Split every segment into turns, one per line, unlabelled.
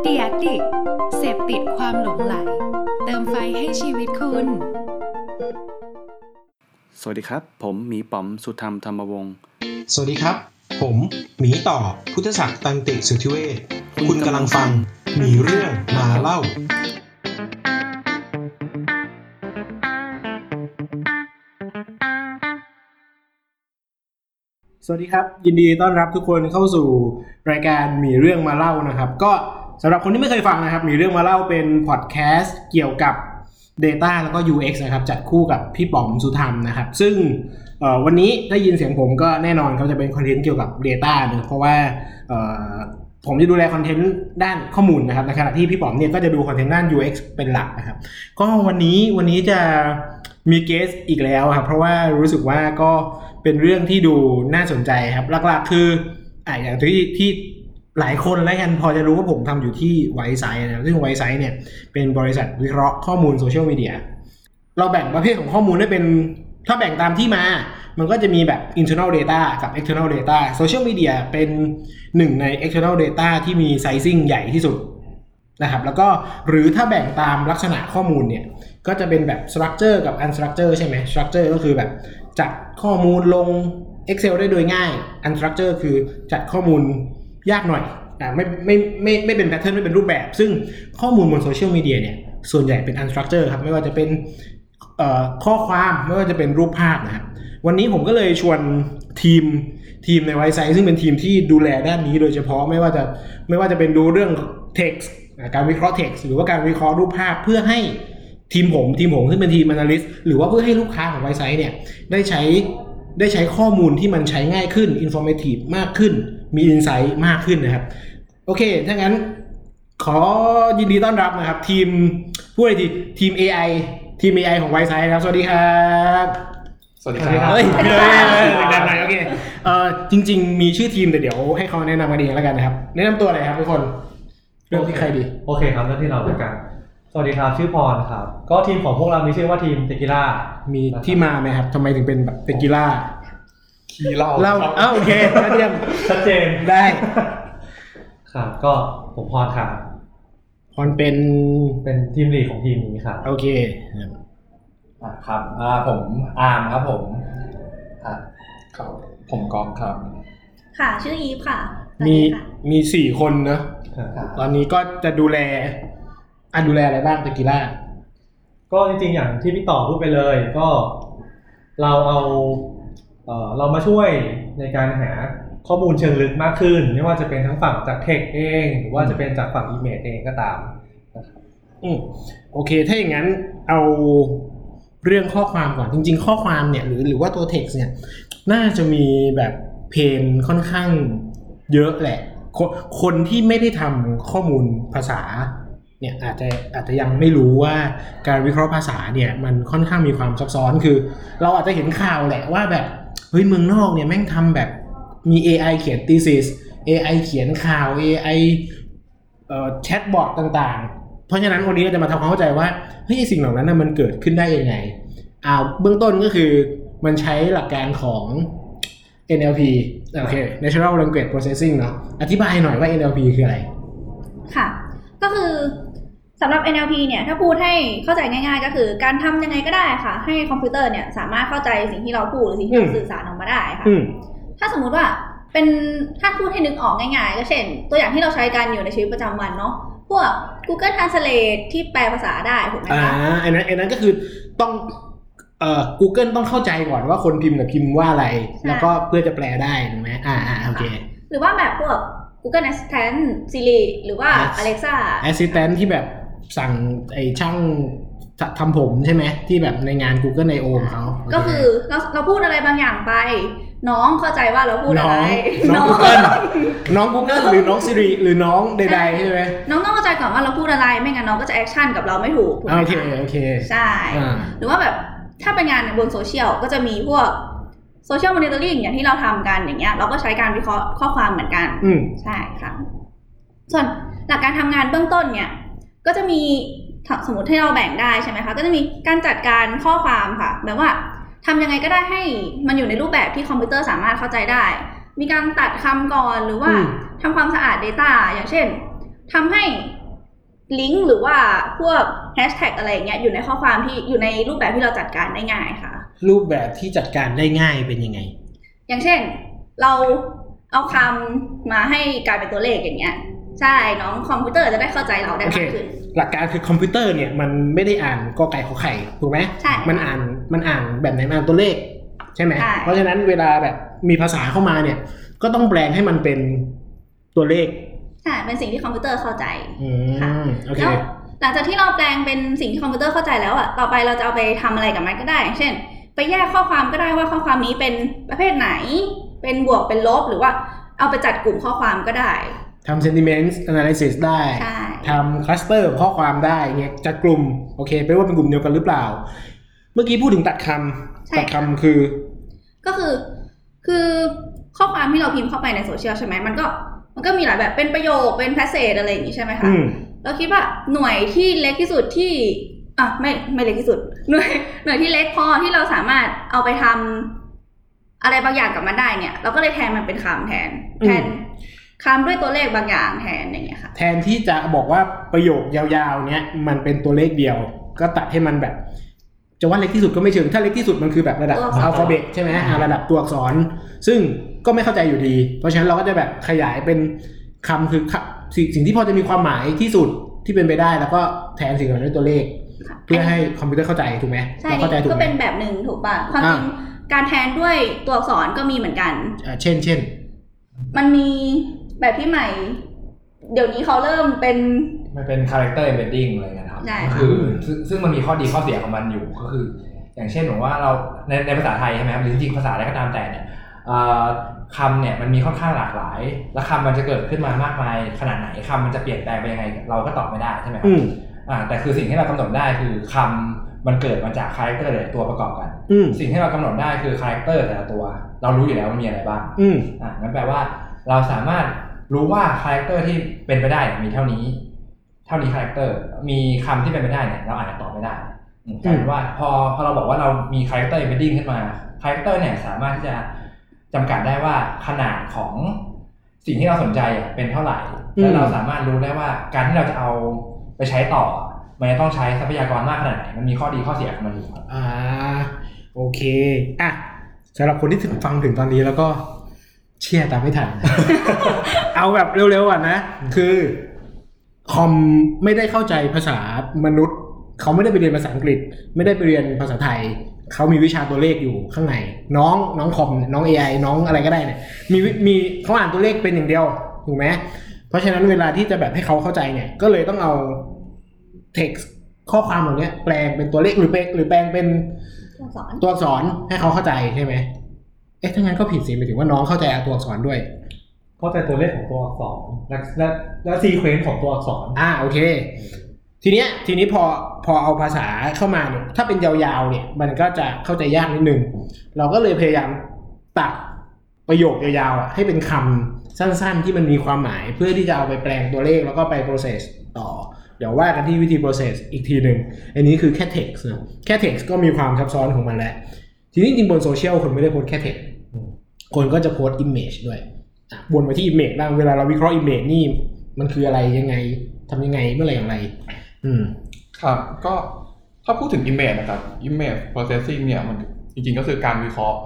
เดียดิกเสพติดความหลงไหล เติมไฟให้ชีวิตคุณ
สวัสดีครับ ผมหมีป๋อมสุธรรมธรรมวงศ์
สวัสดีครับ ผมหมีต่อพุทธศักดิ์ตันติสุทธิเวศคุณกำลังฟังหมีเรื่องมาเล่า
สวัสดีครับ ยินดีต้อนรับทุกคนเข้าสู่รายการมีเรื่องมาเล่านะครับ ก็สำหรับคนที่ไม่เคยฟังนะครับ มีเรื่องมาเล่าเป็นพอดแคสต์เกี่ยวกับ Data แล้วก็ UX นะครับ จัดคู่กับพี่ป๋อมสุธรรมนะครับ ซึ่งเอ่อวันนี้ได้ยินเสียงผมก็แน่นอนเขาจะเป็นคอนเทนต์เกี่ยวกับ Data เนอะเพราะว่าเอ่อผมจะดูแลคอนเทนต์ด้านข้อมูลนะครับในขณะที่พี่ป๋อมเนี่ยก็จะดูคอนเทนต์ด้าน UX เป็นหลักนะครับ ก็วันนี้วันนี้จะมีเกสอีกแล้วครับเพราะว่ารู้สึกว่าก็เป็นเรื่องที่ดูน่าสนใจครับหลักๆคืออ่ะอย่างที่ที่หลายคนแล้วกันพอจะรู้ว่าผมทำอยู่ที่ไวซ์ไซต์นะครับซึ่งไวซ์ไซต์เนี่ยเป็นบริษัทวิเคราะห์ข้อมูลโซเชียลมีเดียเราแบ่งประเภทของข้อมูลได้เป็น ถ้าแบ่งตามที่มา มันก็จะมีแบบ internal data กับ external data social media เป็นหนึ่งใน external data ที่มี sizing ใหญ่ที่สุด นะครับแล้วก็หรือถ้าแบ่งตามลักษณะข้อมูลเนี่ยก็จะเป็นแบบ structure กับ unstructure ใช่ไหม structure ก็คือแบบจัดข้อมูลลง Excel ได้โดยง่าย unstructure คือจัดข้อมูลยากหน่อยอ่าไม่ไม่ไม่ไม่เป็น pattern ไม่เป็นรูปแบบ ซึ่งข้อมูลบนโซเชียลมีเดียเนี่ยส่วนใหญ่เป็น unstructure ครับไม่ว่าจะเป็นเอ่อข้อความไม่ว่าจะเป็นรูปภาพนะครับ วันนี้ผมก็เลยชวนทีมทีมในไวซ์ไซซึ่งเป็นทีมที่ดูแลด้านนี้โดยเฉพาะไม่ว่าจะไม่ว่าจะเป็นดูเรื่อง text อ่ะการวิเคราะห์ text หรือว่าการวิเคราะห์รูปภาพเพื่อให้ทีมผมทีมผมซึ่งเป็นทีม analyst หรือว่าเพื่อให้ลูกค้าของไวซ์ไซเนี่ยได้ใช้ได้ใช้ข้อมูลที่มันใช้ง่ายขึ้น informative มากขึ้น มี insight มากขึ้นนะครับ โอเค ถ้างั้น ขอยินดีต้อนรับนะครับ ทีมผู้บริหารทีม AI ทีม AI ของไวซ์ไซนะครับ สวัสดีครับ
สวัสดีครับ
เฮ้ยเฮ้ยเฮ้ยดังๆหน่อยโอเคเอ่อจริง ๆ มีชื่อทีมแต่เดี๋ยวให้เขาแนะนำกันเองแล้วกันนะครับ แนะนำตัวหน่อยครับทุกคนเริ่มที่ใครดี
โอเคครับเรื่องที่เราด้วยกัน สวัสดีครับ ชื่อพรครับ ก็ทีมของพวกเรามีชื่อว่าทีมเทกิล่า
มีที่มาไหมครับทำไมถึงเป็นแบบเป็นกีฬา
ขี้เหล่า
เล่าอ้าวโอเคน่าเยี่ยม
ชัดเจน
ได้
ครับ ก็ผมพรครับ
พรเป็น
เป็นทีมลีดของทีมนี้ครับ
โอเค
อ่ะครับอ่าผมอาร์มครับผมอ่ะ
ครับ
ผมกอล์ฟครับ
ค่ะ ชื่ออีฟค่ะสวัส
มี
ดีค่ะ
มีสี่คนเนอะ
อ่ะ
ตอนนี้ก็จะดูแลอ่ะดูแลอะไรบ้างเป็นกีฬา
ก็จริงๆ อย่างที่พี่ต่อพูดไปเลย ก็เราเอาเอ่อเรามาช่วยในการหาข้อมูลเชิงลึกมากขึ้น ไม่ว่าจะเป็นทั้งฝั่งจากเทคเอง หรือว่าจะเป็นจากฝั่งอีเมจเองก็ตาม
อืมโอเค ถ้าอย่างนั้นเอาเรื่องข้อความก่อนจริง ๆ ข้อความเนี่ยหรือหรือว่าตัว text เนี่ย น่าจะมีแบบเพนค่อนข้างเยอะแหละคนคนที่ไม่ได้ทำข้อมูลภาษาเนี่ยอาจจะอาจจะยังไม่รู้ว่าการวิเคราะห์ภาษาเนี่ยมันค่อนข้างมีความซับซ้อนคือ เราอาจจะเห็นข่าวแหละว่าแบบเฮ้ยเมืองนอกเนี่ยแม่งทำแบบมี AI เขียน thesis AI เขียนข่าว AI เอ่อแชทบอทต่างๆ เพราะฉะนั้นวันนี้เราจะมาทำความเข้าใจว่าเฮ้ยไอ้สิ่งเหล่านั้นนะมันเกิดขึ้นได้ยังไง อ่าเบื้องต้นก็คือมันใช้หลักการของ NLP โอเค Natural Language Processing เนาะอธิบายหน่อยว่า NLP คืออะไร
ค่ะ ก็คือสำหรับ NLP เนี่ย ถ้าพูดให้เข้าใจง่าย ๆ ก็คือการทำยังไงก็ได้ค่ะ ให้คอมพิวเตอร์เนี่ยสามารถเข้าใจสิ่งที่เราพูดหรือสิ่งที่
อื
เรา
ม
สื่อสารออกมาได้ค่ะ
อืม
ถ้าสมมุติว่าเป็นถ้าพูดให้นึกออกง่ายๆ ก็เช่น ตัวอย่างที่เราใช้กันอยู่ในชีวิตประจำวันเนาะพวก Google Translate ที่แปลภาษาได้ถูกไหม
อ่า
คะ
อันนั้นอันนั้นก็คือต้องเอ่อ Google ต้องเข้าใจก่อนว่าคนพิมพ์น่ะพิมพ์ว่าอะไร แล้วก็เพื่อจะแปลได้ถูกไหมอ่าอ่าโอเค
หรือว่าแบบพวก Google Assistant Siri หรือว่า
Yes
Alexa
แอสซิสแตนที่แบบสั่งไอ้ช่างทำผมใช่ไหม ที่แบบในงาน Google I.O. ของเขา
ก็คือเราเราพูดอะไรบางอย่างไป น้องเข้าใจว่าเราพูดอะ
น้อ
ไรง
น้อง Google น้อง Google หรือน้อง Siri หรือน้องใดๆใช่ไหม
น้องต้องเข้าใจก่อนว่าเราพูดอะไรไม่งั้นน้องก็จะแอคชั่นกับเราไม่ถูกถูกไห
อ่าม โอเค
คะ
โอเค
ใช่
อ่า
หรือว่าแบบถ้าเป็นงานบนโซเชียลก็จะมีพวกโซเชียลมอนิเตอร์ลิงอย่างที่เราทำกันอย่างเงี้ยเราก็ใช้การวิเคราะห์ข้อความเหมือนกัน
อืม
ใช่ค่ะ ส่วนหลักการทำงานเบื้องต้นเนี่ย ก็จะมีถ้าสมมติให้เราแบ่งได้ใช่ไหมคะ ก็จะมีการจัดการข้อความค่ะ แบบว่าทำยังไงก็ได้ให้มันอยู่ในรูปแบบที่คอมพิวเตอร์สามารถเข้าใจได้ มีการตัดคำก่อนหรือว่า
อืม
ทำความสะอาด Data อย่างเช่นทำให้ลิงก์หรือว่าพวกแฮชแท็กอะไรอย่างเงี้ยอยู่ในข้อความที่อยู่ในรูปแบบที่เราจัดการได้ง่ายค่ะ
รูปแบบที่จัดการได้ง่ายเป็นยังไง
อย่างเช่น เราเอาคำมาให้กลายเป็นตัวเลขอย่างเงี้ย ใช่น้องคอมพิวเตอร์จะได้เข้าใจเราได้
โอเค
มากขึ้น
หลักการคือคอมพิวเตอร์เนี่ยมันไม่ได้อ่านกอไก่ขอไข่ถูกไหม
ใช่
มันอ่านมันอ่านแบบไหนมันอ่านตัวเลข ใช่ไหม
ใช่
เพราะฉะนั้นเวลาแบบมีภาษาเข้ามาเนี่ย ก็ต้องแปลงให้มันเป็นตัวเลข
ใช่เป็นสิ่งที่คอมพิวเตอร์เข้าใจ
อื
ค่ะ
มโอเค
แล้วหลังจากที่เราแปลงเป็นสิ่งที่คอมพิวเตอร์เข้าใจแล้วอ่ะ ต่อไปเราจะเอาไปทำอะไรกับมันก็ได้ เช่น ไปแยกข้อความก็ได้ว่าข้อความนี้เป็นประเภทไหน เป็นบวกเป็นลบหรือว่าเอาไปจัดกลุ่มข้อความก็ได้
ทำ sentiment analysis ได้
ใช่
ทำ cluster ข้อความได้เงี้ยจัดกลุ่มโอเคแปลว่าเป็นกลุ่มเดียวกันหรือเปล่า เมื่อกี้พูดถึงตัดค
ใช่
ำตัดคำคือ
ก็คือ คือข้อความที่เราพิมพ์เข้าไปในโซเชียลใช่ไหมมันก็ มันก็มีหลายแบบ เป็นประโยค เป็นแพสเซจอะไรอย่างงี้ใช่ไหมคะ
อืม
เราคิดว่าหน่วยที่เล็กที่สุดที่อ่ะไม่ไม่เล็กที่สุด หน่วยหน่วยที่เล็กพอที่เราสามารถเอาไปทำอะไรบางอย่างกับมันได้เนี่ย เราก็เลยแทนมันเป็นคำแทน
อืม
แทนคำด้วยตัวเลขบางอย่างแทนอย่างเงี้ยค่ะ
แทนที่จะบอกว่าประโยคยาวๆ เนี้ยมันเป็นตัวเลขเดียว ก็ตัดให้มันแบบ จะว่าเล็กที่สุดก็ไม่เชิง ถ้าเล็กที่สุดมันคือแบบระดับ
ตัวอั
อั
กษร
ลฟาเบตใช่ไหมอ่าระดับตัวอักษร ซึ่งก็ไม่เข้าใจอยู่ดี เพราะฉะนั้นเราก็จะแบบขยายเป็นคำคือคำสิ่งสิ่งที่พอจะมีความหมายที่สุดที่เป็นไปได้ แล้วก็แทนสิ่งเหล่านี้ด้วยตัวเลข
ค่ะ
เพื่อให้คอมพิวเตอร์เข้าใจถูกไหม
ใช่
เราเข้าใจถู
นี่
ก
ก็
ไหม
เป็นแบบหนึ่งถูกป่ะความ
อ่า
จริงการแทนด้วยตัวอักษรก็มีเหมือนกัน
อ่าเช่นเช่น
มันมีแบบที่ใหม่ เดี๋ยวนี้เขาเริ่มเป็น
มันเป็น character embedding เลยนะครับ
ใช่
ก็คือซึ่งซึ่งมันมีข้อดีข้อเสียของมันอยู่ก็คือ อย่างเช่นผมว่าเราในในภาษาไทยใช่ไหมครับหรือจริงๆภาษาอะไรก็ตามแต่เนี่ยเอ่อคำเนี่ยมันมีค่อนข้างหลากหลาย และคำมันจะเกิดขึ้นมามากมายขนาดไหนคำมันจะเปลี่ยนแปลงไปยังไง เราก็ตอบไม่ได้ใช่ไหมครับ
อืม
อ่าแต่คือสิ่งที่เรากำหนดได้คือคำมันเกิดมาจาก character หลายตัวประกอบกัน
อืม
สิ่งที่เรากำหนดได้คือ character แต่ละตัว เรารู้อยู่แล้วมันมีอะไรบ้าง
อืม
อ่ะนั่นแปลว่าเราสามารถรู้ว่าคาแรคเตอร์ที่เป็นไปได้เนี่ยมีเท่านี้ เท่านี้คาแรคเตอร์มีคำที่เป็นไปได้เนี่ยเราอาจจะตอบไม่ได้อืมกลายเป็นว่าพอพอเราบอกว่าเรามีคาแรคเตอร์เ m b e d d i n g ขึ้นมาคาแรคเตอร์เนี่ยสามารถที่จะจำกัดได้ว่าขนาดของสิ่งที่เราสนใจอ่ะเป็นเท่าไหร่แล้วเราสามารถรู้ได้ว่าการที่เราจะเอาไปใช้ต่อ มันจะต้องใช้ทรัพยากรมากขนาดไหนมันมีข้อดีข้อเสียของมันอยู่ครับ
อ่าโอเคอ่ะสำหรับคนที่ถึงฟังถึงตอนนี้แล้วก็เชี่ยตามไม่ทัน เอาแบบเร็วๆก่อนนะ คือคอมไม่ได้เข้าใจภาษามนุษย์ เขาไม่ได้ไปเรียนภาษาอังกฤษ ไม่ได้ไปเรียนภาษาไทย เขามีวิชาตัวเลขอยู่ข้างใน น้องน้องคอมน้อง AI น้องอะไรก็ได้เนี่ยมีวิมีเขาอ่านตัวเลขเป็นอย่างเดียวถูกไหมเพราะฉะนั้นเวลาที่จะแบบให้เขาเข้าใจเนี่ย ก็เลยต้องเอา text ข้อความเหล่านี้แปลงเป็นตัวเลขหรือแปลงหรือแปลงเป็น
ตัวอักษร
ตัวอักษรให้เขาเข้าใจใช่ไหม เอ๊ะ ถ้างั้นก็ผิดสิหมายถึงว่าน้องเข้าใจตัวอักษรด้วย
เข้าใจตัวเลขของตัวอักษรและและและซีเควนซ์ของตัวอักษร
อ่า โอเค ทีเนี้ย ทีนี้พอ พอเอาภาษาเข้ามาเนี่ย ถ้าเป็นยาวๆ เนี่ย มันก็จะเข้าใจยากนิดนึง เราก็เลยพยายามตัดประโยคยาวๆอะให้เป็นคำสั้นๆ ที่มันมีความหมาย เพื่อที่จะเอาไปแปลงตัวเลขแล้วก็ไป process ต่อ เดี๋ยวว่ากันที่วิธี process อีกทีหนึ่ง อันนี้คือแค่ text นะแค่ text ก็มีความซับซ้อนของมันแล้ว ทีนี้จริงๆบนโซเชียลคนไม่ได้โพสต์แค่ text
อืม
คนก็จะโพสต์ image ด้วยอ่ะวนมาที่ image บ้าง เวลาเราวิเคราะห์ image นี่ มันคืออะไรยังไงทำยังไงเมื่อไหร่อย่างไร อืม
ครับก็ถ้าพูดถึง image นะครับ image processing เนี่ยมันจริงๆก็คือการวิเคราะห์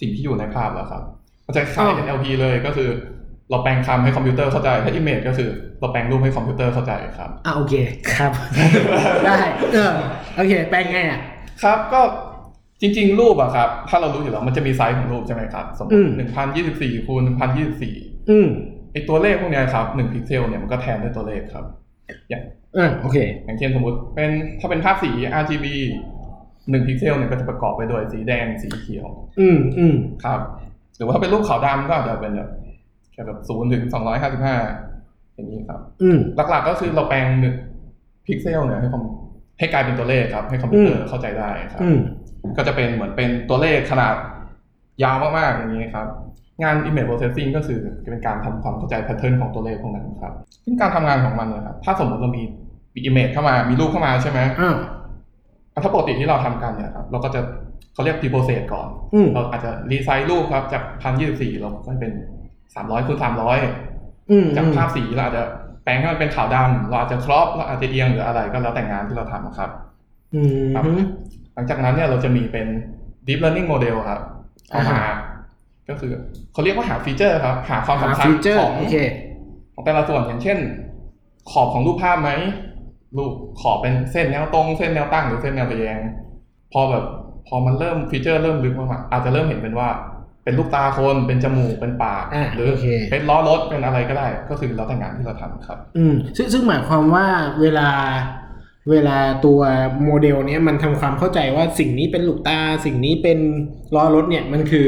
สิ่งที่อยู่ในภาพแหล้วครับมันจะคล้าย
อ่า
NLP เลยก็คือ เราแปลงคำให้คอมพิวเตอร์เข้าใจถ้า image ก็คือเราแปลงรูปให้คอมพิวเตอร์เข้าใจครับ
อ่ะโอเคครับ ได้เออโอเค แปลงไงอ่ะ
ครับก็จริงๆ รูปอะครับ ถ้าเรารู้อยู่แล้วมันจะมีไซส์ของรูปใช่ไหมครับ สมม
อื
ติ
ม
หนึ่งพันยี่สิบสี่คูณหนึ่งพันยี่สิบสี่
อืม
ไอตัวเลขพวกเนี้ยครับหนึ่งพิกเซลเนี่ยมันก็แทนด้วยตัวเลขครับ
อ่ะโอเค
อย่างเช่นสมมติเป็นถ้าเป็นภาพสี RGB หนึ่งพิกเซลเนี่ยก็จะประกอบไปด้วยสีแดงสีเขียว
อืมอืม
ครับหรือว่าเป็นรูปขาวดำก็อาจจะเป็นแบบแค่แบบศูนย์ถึงสองร้อยห้าสิบห้าอย่างนี้ครับ
อืม
หลักๆก็คือเราแปลงหนึ่งพิกเซลเนี่ยให้คอมให้กลายเป็นตัวเลขครับ ให้คอมพิวเตอ
อืม
ร์เข้าใจได้ครับ
อืม
ก็จะเป็นเหมือนเป็นตัวเลขขนาดยาวมากๆอย่างนี้ครับ งาน image processing ก็คือเป็นการทำความเข้าใจแพทเทิร์นของตัวเลขพวกนั้นครับซึ่งการทำงานของมันเนี่ยครับถ้าสมมติเรามีมี image เข้ามามีรูปเข้ามาใช่ไหม
อ่ะ
ถ้าปกติที่เราทำกันเนี่ยครับเราก็จะเขาเรียก pre process ก่อน
อืม
เราอาจจะรีไซล์รูปครับจากพันยี่สิบสี่เราก็เป็น สามร้อยคูณสามร้อย
อืม
จากภาพสีเราอาจจะแปลงให้มันเป็นขาวดำเราอาจจะครอปเราอาจจะเอียงหรืออะไรก็แล้วแต่งานที่เราทำอะครับ
อืม
ครับหลังจากนั้นเนี่ยเราจะมีเป็น deep learning model ครับเอามา
อ่าฮะ
ก็คือเขาเรียกว่าหาฟีเจอร์ครับ หาความ
หา
สำคัญ
ฟีเจอร์
ของ
โอเค
ของแต่ละส่วนอย่างเช่น ขอบของรูปภาพไหมรูปขอบเป็นเส้นแนวตรง เส้นแนวตั้งหรือเส้นแนวระแยง พอแบบพอมันเริ่มฟีเจอร์เริ่มลึกมากๆอาจจะเริ่มเห็นเป็นว่า เป็นลูกตาคนเป็นจมูกเป็นปาก
อ่า
หรือ
โอเค
เป็นล้อรถเป็นอะไรก็ได้ ก็คือแล้วแต่งานที่เราทำครับ
อืมซึ่งซึ่งหมายความว่าเวลาเวลาตัวโมเดลเนี้ยมันทำความเข้าใจว่าสิ่งนี้เป็นลูกตา สิ่งนี้เป็นล้อรถเนี่ยมันคือ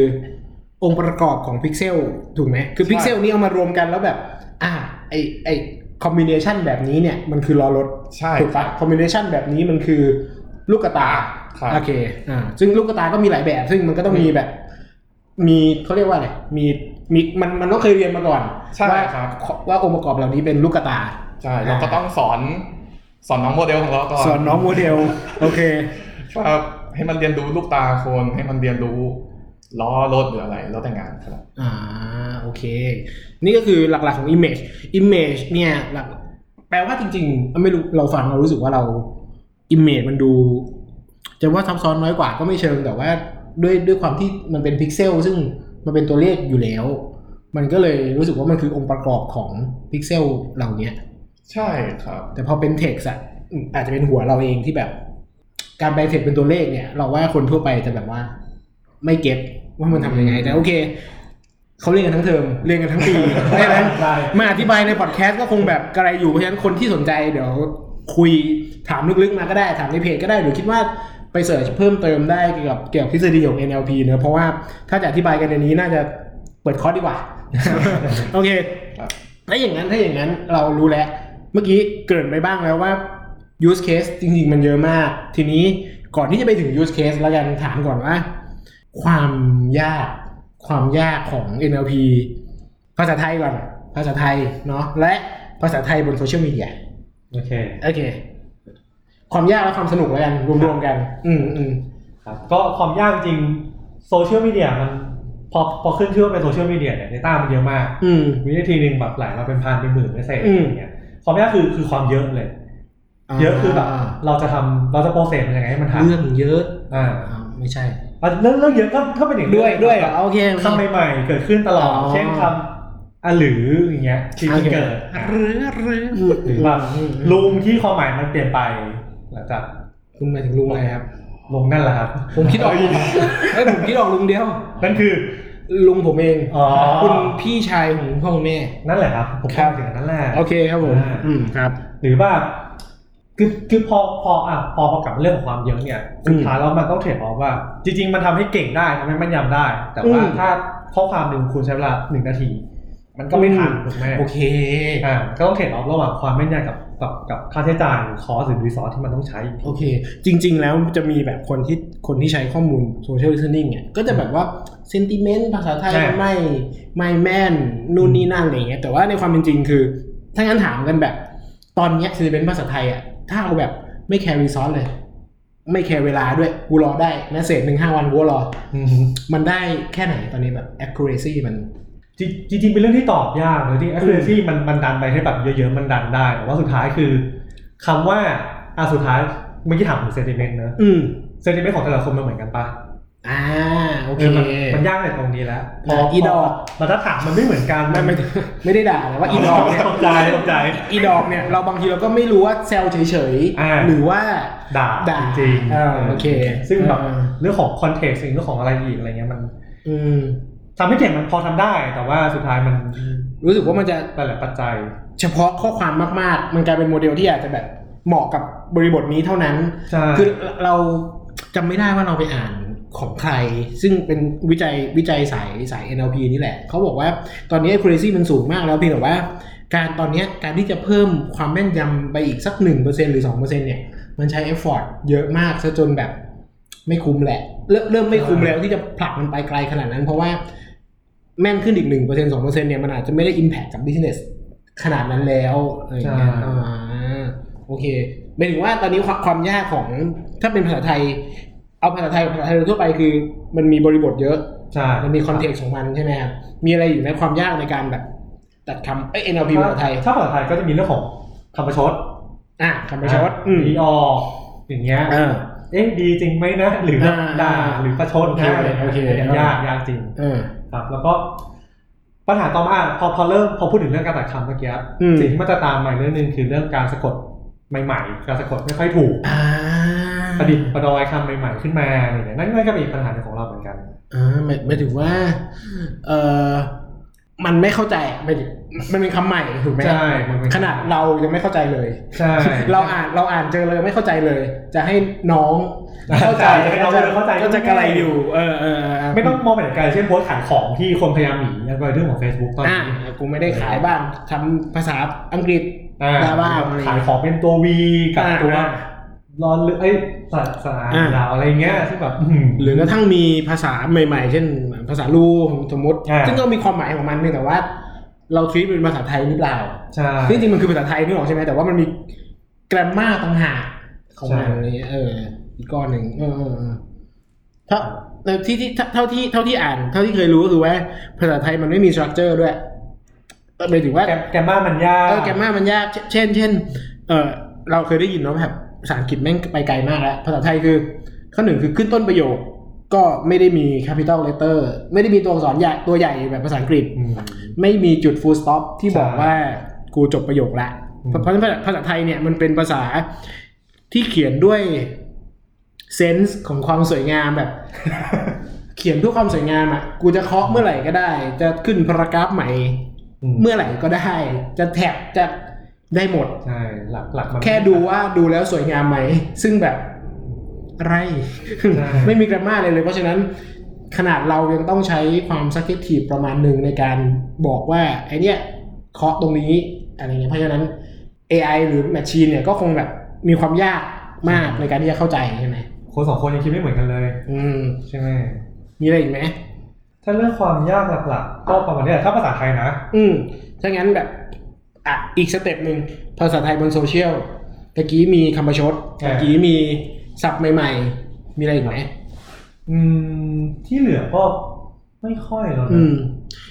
องค์ประกอบของพิกเซลถูกไหมคือ
ใช่
พิกเซลนี้เอามารวมกันแล้วแบบ อ่าไอไอคอมบิเนชันแบบนี้เนี่ยมันคือล้อรถ
ใช่
ถูกปะคอมบิเนชันแบบนี้มันคือลูกกระตา
ครับ
โอเค อ่า ซึ่งลูกกระตาก็มีหลายแบบ ซึ่งมันก็ต้องมีแบบ มีเขาเรียกว่าอะไร มี มี มัน มันต้องเคยเรียนมาก่อน
ใช่
ว่า
ครับ
ว่าองค์ประกอบเหล่านี้เป็นลูกกระตา
ใช่เราก็ต้องสอนสอนน้องโมเดลของเราก่อน
สอนน้องโมเดล โอเค
ครับให้มันเรียนรู้ลูกตาคนให้มันเรียนรู้ล้อรถหรืออะไรแล้วแต่งานครับ
อ่า โอเค นี่ก็คือหลักๆของ image image เนี่ยหลัก แปลว่าจริงๆ ไม่รู้ เราฟังเรารู้สึกว่าเรา image มันดู จะว่าซับซ้อนน้อยกว่าก็ไม่เชิง แต่ว่าด้วยด้วยความที่มันเป็นพิกเซลซึ่งมันเป็นตัวเลขอยู่แล้ว มันก็เลยรู้สึกว่ามันคือองค์ประกอบของพิกเซลเหล่าเนี้ย
ใช่ครับ
แต่พอเป็น text อะอืมอาจจะเป็นหัวเราเองที่แบบ การแปล text เป็นตัวเลขเนี่ย เราว่าคนทั่วไปจะแบบว่า ไม่เก็ตว่ามันทำยังไง แต่โอเค เขาเรียนกันทั้งเทอมเรียนกันทั้งปี เพราะฉะนั้นมาอธิบายในพอดแคสต์ก็คงแบบกระไรอยู่ เพราะฉะนั้นคนที่สนใจเดี๋ยวคุยถามลึกๆมาก็ได้ ถามในเพจก็ได้หรือคิดว่าไปเสิร์ชเพิ่มเติมได้เกี่ยวกับเกี่ยวกับทฤษฎีของ NLP เนอะเพราะว่าถ้าจะอธิบายกันในนี้น่าจะเปิดคอร์สดีกว่า โอเค
ครับ
ถ้าอย่างนั้นถ้าอย่างนั้นเรารู้แล้ว เมื่อกี้เกริ่นไปบ้างแล้วว่า use case จริงๆ มันเยอะมาก ทีนี้ก่อนที่จะไปถึง use case แล้วกันถามก่อนว่า ความยากความยากของ NLP ภาษาไทยก่อน ภาษาไทยเนาะและภาษาไทยบนโซเชียลมีเดีย
โอเค
โอเค ความยากและความสนุกแล้วกันรวมๆกัน อืมอืม
ครับก็ความยากจริงโซเชียลมีเดียมันพอพอขึ้นชื่อว่าเป็นโซเชียลมีเดียเนี่ย data มันเยอะมาก
อืม
วินาทีหนึ่งแบบไหลมาเป็นพันเป็นหมื่นเป็นแสน
อืม
อย่างเงี้ยความยากคือคือความเยอะเลย เยอะคือแบบเราจะทำเราจะโปรเซสมันยังไงให้มันทัน
เรื่องเยอะ
อ่า
อ้าวไม่ใช่
เรื่องเรื่องเยอะก็ก็เป็นอีก
ด้วยด้วยเหรอ
เอา
โอเคโอเค
คำใหม่ๆเกิดขึ้นตลอด
อ๋อ
เช่นคำอะหรืออย่างเงี้ยที่เพิ่งเกิดอ่ะ
หรือหรือ
หรือแบบลุงที่ความหมายมันเปลี่ยนไปหลังจาก
ลุงหมายถึงลุงอะไรครับ
ลงนั่นแหละครับ
ผมคิดออกเอ้ยผมคิดออกลุงเดียว
นั่นคือ
ลุงผมเอง
อ๋อ
คุณพี่ชายของพ่อคุณแม่
นั่นแหละครับผม
ครั
พู
บ
ดถึงอันนั้นแหละ
โอเคครับผม
อ่า
อืมครับ
หรือว่าคือคือพอพออ่ะพอพอกลับมาเรื่องของความเยอะเนี่ย
อืม
สุดท้ายแล้วมันต้องเทรดออฟว่า จริง ๆ มันทำให้เก่งได้ทำให้แมันยำได้ แต่ว่า
อืม
ถ้าข้อความหนึ่งคุณใช้เวลาหนึ่งนาที มันก็ไม่ทันถูกไหม
โอเค
อ่าก็ต้องเทรดออฟระหว่างความแม่นยำกับกับกับค่าใช้จ่ายหรือคอสหรือรีซอสที่มันต้องใช้อีกที
โอเค จริง ๆ แล้วจะมีแบบคนที่คนที่ใช้ข้อมูลโซเชียล i s t e n i n g เนี่ยก็จะแบบว่าเซนติเมนต์ภาษาไทยไม่ไม่แม่นนู่นนี่นั่นอะไรอย่างเงี้ยแต่ว่าในความเป็นจริงคือ ถ้างั้นถามกันแบบ ตอนเนี้ยเซนติเมนต์ภาษาไทยอ่ะถ้าเอาแบบไม่แคร์รีซอสเลย ไม่แคร์เวลาด้วยกูรอได้นะเศษหนึ่งห้าวันกูก็รอ
อือฮึ
มันได้แค่ไหนตอนนี้แบบ accuracy มัน
จริงจริงๆเป็นเรื่องที่ตอบยากเลยที่ accuracy มันมันดันไปให้แบบเยอะๆมันดันได้แต่ว่าสุดท้ายคือคำว่าอ่ะสุดท้ายเมื่อกี้ถามถึง sentiment นะ
อืม
sentiment ของแต่ละคนมันเหมือนกันปะ
อ่า โอ
เอ
เค
อมันมันยากในตรงนี้แล้วพอ
นะอีดอก
พมาตรฐานมันไม่เหมือนกัน
ไม่ไม่ไม่ได้ด่าแต่ว่าอีดอกเนี่ย
ตกใจตกใจ
อีดอกเนี่ย เราบางทีเราก็ไม่รู้ว่าแซลเฉย
อ่า
ๆ หรือว่า
ด่า
ด่า
จริง
อ่าโอเค
ซึ่งแบบ
อ่า
เรื่องของคอนเทกซ์เรื่องของอะไรอีกอะไรเงี้ยมัน
อืม
ทำให้เทรดมันพอทำได้ แต่ว่าสุดท้ายมัน
รู้สึกว่ามันจะ
หลายๆปัจจัย
เฉพาะข้อความมากๆ มันกลายเป็นโมเดลที่อาจจะแบบเหมาะกับบริบทนี้เท่านั้น
ใช่
คือเราจำไม่ได้ว่าเราไปอ่านของใคร ซึ่งเป็นวิจัยวิจัยสายสาย NLP นี่แหละ เขาบอกว่าตอนนี้ accuracy มันสูงมากแล้วเพียงแต่ว่า การตอนเนี้ยการที่จะเพิ่มความแม่นยำไปอีกสัก 1%หรือ 2%เนี่ย มันใช้ effort เยอะมากซะจนแบบไม่คุ้มแหละ เริ่มเริ่มไม่คุ้มแล้วที่จะผลักมันไปไกลขนาดนั้น เพราะว่าแม่นขึ้นอีก 1% 2%เนี่ยมันอาจจะไม่ได้ impact กับ business ขนาดนั้นแล้วอะไรอย่างเงี้ย
ใช่
อ่า โอเคหมายถึงว่าตอนนี้ความความยากของถ้าเป็นภาษาไทย เอาภาษาไทยกับภาษาไทยทั่วไปคือ มันมีบริบทเยอะ
ใช่
มันมีคอนเทกต์ของมันใช่ไหมครับมีอะไรอยู่ในความยากในการแบบตัดคำเอ้ย NLP ภาษาไทย
ถ้าภาษาไทยก็จะมีเรื่องของคำประชด
อ่ะคำประชดอืม
ดีออกอย่างเงี้ย
เออ
เอ๊ะดีจริงไหมนะ หรือ
อ่า
ด่าหรือประชดนะ
โอเคโอเค
นนี้ยากยากจริง
เออ
ครับ แล้วก็ปัญหาต่อมาพอพอเริ่มพอพูดถึงเรื่องการตัดคำเมื่อกี้
อืม
สิ่งที่มันจะตามมาอีกเรื่องหนึงคือเรื่องการสะกดใหม่ ๆ การสะกดไม่ค่อยถูก
อ่า
ประดิษฐ์ประดอยคำใหม่ๆขึ้นมาอะไรเนี่ยนั่นก็เป็นอีกปัญหาหนึ่งของเราเหมือนกัน
อ่าหมายหมายถึงว่า เออมันไม่เข้าใจอ่ะหมายถึงมันเป็นคำใหม่ถูกไหม
ใช่มันเป็น
ขนาดเรายังไม่เข้าใจเลย
ใช่
เราอ่านเราอ่านเจอเลยไม่เข้าใจเลย จะให้น้ อง
เข้าใจเรา
จะ
เข้าใจ
ก็จะกระไรอยู่ เออเออเ
ไม่ต้องมองไปไหนไกลเช่นโพสต์ขายของที่คนพยายามหนีแล้วก็เรื่องของ Facebook ตอน
อ่า
นี้
กูไม่ได้ขายบ้างทำภาษาอังกฤษ
อ่
ดราม่า
ขายของเป็นตัววีกับ
อ่า
ตัว
อ่าร
อนเลือดเอ้ยศาสนา
อ่า
ดาวอะไรเงี้ยซึ่งแบบอื้อหือ
หรือกระทั่งมีภาษาใหม่ๆ เช่น ภาษาลูสมมติ
อ่า
ซึ่งก็มีความหมายของมันเนี่ยแต่ว่า เราทวีตเป็นภาษาไทยหรือเปล่า
ใช่
จริงๆมันคือภาษาไทยนึกออกใช่ไหมแต่ว่ามันมีแกรมมาต่างหากของมันอะไรเงี้ยเออ อีกก้อนหนึ่งเออเออเออเท่าเออที่ที่เท่าที่เท่าที่อ่าน เท่าที่เคยรู้ก็คือว่า ภาษาไทยมันไม่มีสตรัคเจอร์ด้วยเออหมายถึงว่า
แกมแกมมามันยาก
เออแกมมามันยากเชเช่น เช่น เออเราเคยได้ยินเนาะแบบภาษาอังกฤษแม่งไปไกลมากแล้วภาษาไทยคือข้อหนึ่งคือขึ้นต้นประโยค ก็ไม่ได้มี capital letter ไม่ได้มีตัวอักษรใหญ่ตัวใหญ่แบบภาษาอังกฤษ
อืม
ไม่มีจุด full stop ที่
ใช่
บอกว่ากูจบประโยคละ
อืม
เพราะฉะนั้นภาษาภาษาไทยเนี่ยมันเป็นภาษาที่เขียนด้วยเซนส์ของความสวยงามแบบ เขียนเพื่อความสวยงามอ่ะกูจะเคาะเมื่อไหร่ก็ได้ จะขึ้นพารากราฟใหม่
ม
เมื่อไหร่ก็ได้ จะแท็บจะได้หมด
ใช่หลักหลักมัน
แค่ดูว่าดูแล้วสวยงามไหม ซึ่งแบบอะไร
ใช่
ไม่มีกราม่าเลยเลย เพราะฉะนั้นขนาดเรายังต้องใช้ความ subjective ประมาณหนึ่งในการบอกว่า ไอเนี้ยเคาะตรงนี้อะไรเงี้ยเพราะฉะนั้น AI หรือ Machine เนี่ยก็คงแบบมีความยากมากในการที่จะเข้าใจใช่ไหม
คนสองคนยังคิดไม่เหมือนกันเลย
อืม
ใช่ไหม
มีอะไรอีกไหม
ถ้าเรื่องความยากหลักๆก็ประมาณนี้แหละถ้าภาษาไทยนะ
อืมถ้างั้นแบบ อ่ะ อีกสเต็ปหนึ่งภาษาไทยบนโซเชียลตะกี้มีคำประชด
ใช่
ตะกี้มีศัพท์ใหม่ ๆ มีอะไรอีกไหม
อืมที่เหลือก็ไม่ค่อยแล้ว
อื
นะ
ม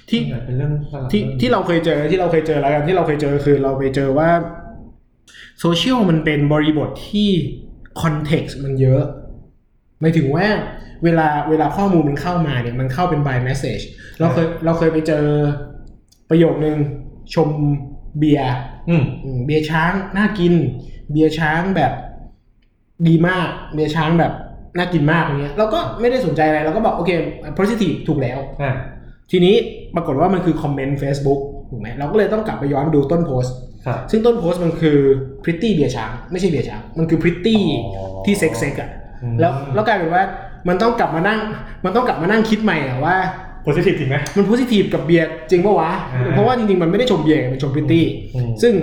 ที่
ส่วนใหญ่เป็นเรื่องสลับ
ที่
รื่อง
ที่เราเคยเจอที่เราเคยเจอแล้วกันที่เราเคยเจอคือเราไปเจอว่าโซเชียลมันเป็นบริบทที่คอนเท็กซ์มันเยอะหมายถึงว่าเวลาเวลาข้อมูลมันเข้ามาเนี่ยมันเข้าเป็น by message เราเคยเราเคยไปเจอประโยคนึงชมเบียร์
อืม
อืมเบียร์ช้างน่ากิน เบียร์ช้างแบบดีมาก เบียร์ช้างแบบน่ากินมากอย่างเงี้ยเราก็ไม่ได้สนใจอะไรเราก็บอกโอเค positive ถูกแล้ว
อ่า
ทีนี้ปรากฏว่ามันคือคอมเมนต์ Facebook ถูกไหมเราก็เลยต้องกลับไปย้อนดูต้นโพสต์
ครับ
ซึ่งต้นโพสต์มันคือ pretty เบียร์ช้างไม่ใช่เบียร์ช้าง มันคือ pretty
อ๋อ
ที่เซ็กซ์ๆอ่ะ
อืม
แล้วแล้วกลายเป็นว่ามันต้องกลับมานั่ง มันต้องกลับมานั่งคิดใหม่อะว่า
positive จริงไหม
มันโพสิทีฟกับเบียร์จริงปะวะ
อ่า
เพราะว่าจริงๆ มันไม่ได้ชมเบียร์ไงมันชมพริตตี้
อืม
ซึ่ง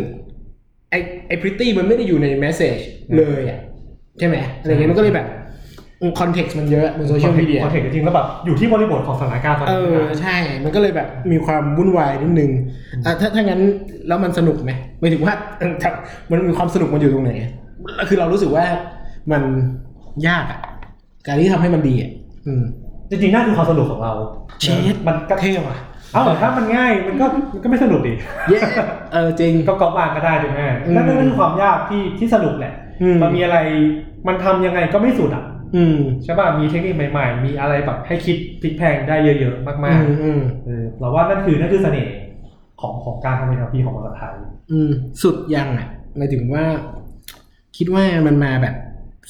ไอไอพริตตี้มันไม่ได้อยู่ในแมสเซจเลยอ่ะใช่ไหมอะไรเงี้ยมันก็เลยแบบคอนเท็กซ์มันเยอะบนโซเชียลมีเดีย
คอนเทนต์จริงๆแล้วแบบอยู่ที่บริบทของสถานการณ์ตอน
เอ
นั้น
อ
นะ
ใช่ มันก็เลยแบบมีความวุ่นวายนิดนึงอ่ะถ้าถ้างั้นแล้วมันสนุกไหมหมายถึง ว่าเออถ้ามันมีความสนุกมันอยู่ตรงไหนคือเรารู้สึกว่ามันยากอ่ะการที่ทำให้มันดีอ่ะอืม
จริงๆน่าคือความสนุกของเรา
เชฟ
มันก็
เท่ว่ะ
เอ้าแต่ถ้ามันง่ายมันก็มันก็ไม่สนุกดิ
เย้เออจริง
ก็ก๊อปบ้างก็ได้ถูกไหม
อืม
นั่นนั่นคือความยากที่ที่สนุกแหละ
อืม
มันมีอะไรมันทำยังไงก็ไม่สุดอ่ะ
อืม
ใช่ป่ะมีเทคนิคใหม่ๆ มีอะไรแบบให้คิดพลิกแพลงได้เยอะๆมาก
อืมอืม
ๆเออเราว่านั่นคือนั่นคือเสน่ห์ของของการทำเอ็นพีของภาษาไทย
อืมสุดยังอ่ะหมายถึงว่า คิดว่ามันมาแบบ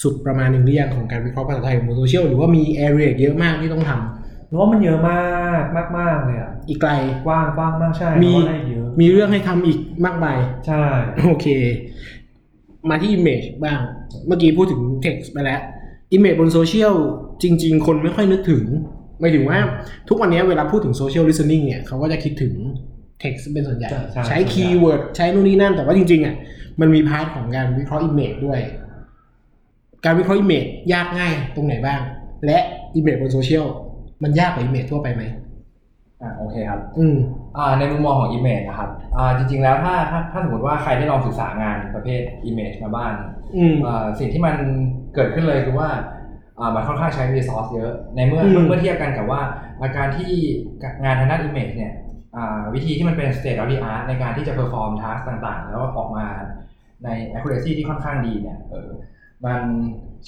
สุดประมาณหนึ่งหรือยังของการวิเคราะห์ภาษาไทยบนโซเชียลหรือว่ามีแอเรียเยอะมากที่ต้องทำ
เพราะว่ามันเยอะมากมากมากๆเลยอ่ะ
อีกไกล
กว้างกว้างมากใช่
มี
เพราะว่าได้เยอะ
มีเรื่องให้ทำอีกมากมาย
ใช่
โอเค มาที่ Image บ้าง เมื่อกี้พูดถึง Text ไปแล้ว Image บนโซเชียลจริง ๆ คนไม่ค่อยนึกถึงหมายถึงว่าทุกวันนี้เวลาพูดถึง Social Listening เนี่ยเขาก็จะคิดถึง Text เป็นส่วนใหญ่ ใช้คีย์เวิร์ดใช้นู่นนี่นั่น แต่ว่าจริง ๆ อ่ะ มันมีพาร์ทของการวิเคราะห์ Image ด้วย การวิเคราะห์ Image ยากง่ายตรงไหนบ้าง และ Image บนโซเชียลมันยากกว่า Image ทั่วไปไหม
อ่าโอเคครับ
อืม
อ่าในมุมมองของ Image นะครับอ่าจริงๆแล้วถ้าถ้าถ้าสมมติว่าใครได้ลองศึกษางานประเภท Image มาบ้าง
อืม
อ่าสิ่งที่มันเกิดขึ้นเลยคือว่า อ่ามันค่อนข้างใช้ resource เยอะในเมื่อ
อืม
เมื่อเทียบกันกับว่าอาการที่งานทางด้าน image เนี่ยอ่าวิธีที่มันเป็น state of the art ในการที่จะ perform task ต่างๆ แล้วออกมาใน accuracy ที่ค่อนข้างดีเนี่ยเออมัน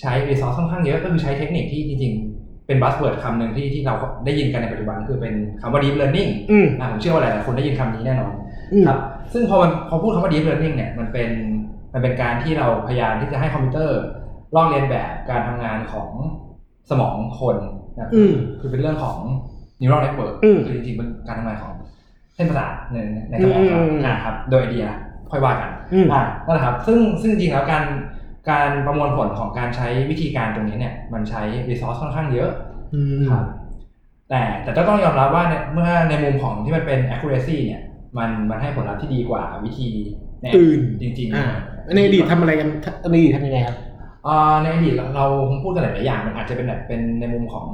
ใช้ resource ค่อนข้างเยอะก็คือใช้เทคนิคที่จริงๆ เป็น buzzword คำหนึ่งที่ที่เราได้ยินกันในปัจจุบันคือเป็นคำว่า deep learning
อืม
อ่ะผมเชื่อว่าหลายๆคนได้ยินคำนี้แน่นอน
อืม
ครับซึ่งพอมันพอพูดคำว่า deep learning เนี่ยมันเป็นมันเป็นการที่เราพยายามที่จะให้คอมพิวเตอร์ลอกเลียนแบบการทำงานของสมองคนนะ
อืม
คือเป็นเรื่องของ neural network
อืม
คือจริงๆเป็นการทำงานของเส้นประสาทในในสมองเรา
อืม
อ่ะครับโดยไอเดียค่อยว่ากัน
อืม
อ่ะนั่นแหละครับซึ่งซึ่งจริงๆแล้วการการประมวลผลของการใช้วิธีการตรงนี้เนี่ยมันใช้ resource ค่อนข้างเยอะ
อืม
ครับแต่แต่ก็ต้องยอมรับว่าในเมื่อในมุมของที่มันเป็น accuracy เนี่ย มันมันให้ผลลัพธ์ที่ดีกว่าวิธีแ
อื่น
จริง
อ่า
ๆ
ในอดีตทำอะไรกันในอดีตทำยังไงครับ
อ่าในอดีตเราเราคงพูดกันหลายๆอย่างมันอาจจะเป็นแบบเป็นในมุมของ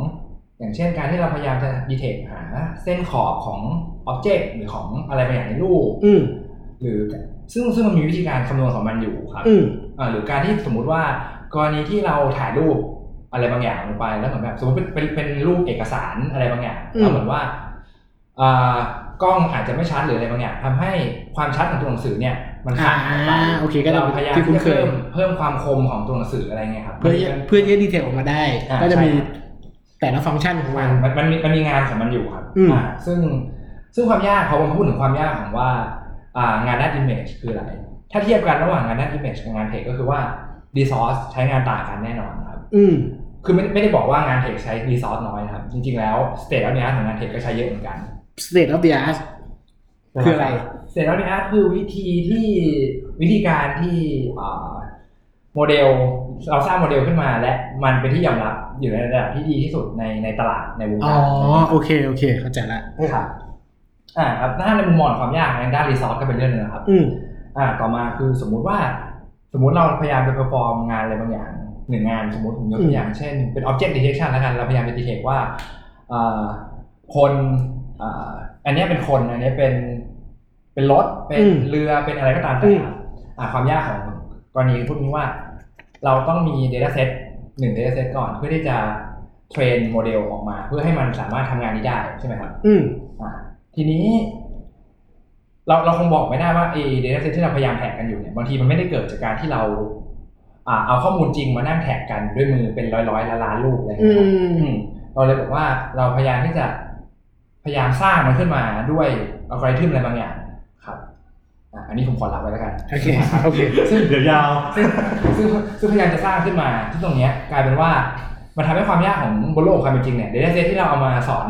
อย่างเช่นการที่เราพยายามจะดีเทคหาเส้นขอบของอ็อบเจกต์หรือของอะไรบางอย่างในรูป
อืม
หรือซึ่งซึ่งมันมีวิธีการคำนวณของมันอยู่ครับ
อืม
อ่าหรือการที่สมมุติว่ากรณีที่เราถ่ายรูปอะไรบางอย่างลงไปแล้วเหมือนแบบสมมติเป็นเป็นเป็นรูปเอกสารอะไรบางอย่าง
อืม
เราเหมือนว่าอ่ากล้องอาจจะไม่ชัดหรืออะไรบางอย่างทำให้ความชัดของตัวหนังสือเนี่ย มัน
อ่า
ขาดหายไป
โอเคก็จะ
เราพ
เป็น
ยายาม
ที่คุ้น
จะ
เคย
เพิ่มเพิ่มความคมของตัวหนังสืออะไรเงี้ยครับ
เพื่อที่จะเพื่อที่จะดีเทลออกมาได้
อ่า
ก็จะมี
ใช่ครับ
แต่ละฟังก์ชันของมัน
มันมันมีมันมีงานของมันอยู่ครับ
อืม
อ่าซึ่งซึ่งความยากพอผมพูดถึงความยากของว่าอ่างานด้าน image คืออะไร ถ้าเทียบกันระหว่างงานด้าน image กับงานเทคก็คือว่า resource ใช้งานต่างกันแน่นอนครับ
อืม
คือไม่ไม่ได้บอกว่างานเทคใช้ resource น้อยนะครับ จริงๆแล้ว state of the art ของงานเทคก็ใช้เยอะเหมือนกัน
state of the art คืออะไร
state of the art คือวิธีที่วิธีการที่อ่าโมเดลเราสร้างโมเดลขึ้นมาและมันเป็นที่ยอมรับอยู่ในระดับที่ดีที่สุดในในตลาดในวง
อ๋
กา
อ
ร
โอเค โอเค เข้าใจละ
ครับ อ่าครับถ้าในมุมมองความยากในด้านรีซอสก็เป็นเรื่องหนึงนะครับ
อืม
อ่า ต่อมาคือสมมุติว่า สมมุติเราพยายามไปเ e อร์ฟอร์มงานอะไรบางอย่างหนึ่งงานสมมติผมยก
อื
ตั
ม
วอย่างเช่นเป็น object detection แล้วกันเราพยายามไป detect ว่าอ่าคนอ่าอันเนี้ยเป็นคนอันเนี้ยเป็นเป็นรถเป็นเรือเป็นอะไรก็ตามแต่ครับอ่าความยากของกรณีพวกนี้ว่า เราต้องมี dataset หนึ่ง dataset ก่อนเพื่อที่จะเทรนโมเดลออกมา เพื่อให้มันสามารถทำงานนี้ได้ใช่ไหมครับ
อืม
อ่าทีนี้ เราเราคงบอกไม่ได้ว่าเอเดต้าเซตที่เราพยายามแท็กกันอยู่เนี่ยบางทีมันไม่ได้เกิดจากการที่เราอ่าเอาข้อมูลจริงมานั่งแท็กกันด้วยมือเป็นร้อยร้อยๆล้านล้านๆรูปอะไรอย่าง
อื
เงี้ยครับ
ม
อืมเราเลยบอกว่าเราพยายามที่จะพยายามสร้างมันขึ้นมาด้วยอัลกอริทึมอะไรบางอย่างครับอ่ะอันนี้ผมขอรับไว้แล้วกัน
โอเค โอเค
ซึ่งเดี๋ยวยาว
ซึ่งซึ่งซึ่งพยายามจะสร้างขึ้นมาที่ตรงเนี้ยกลายเป็นว่ามันทำให้ความยากของบนโลกความเป็นจริงเนี่ยเดต้าเซตที่เราเอามาสอน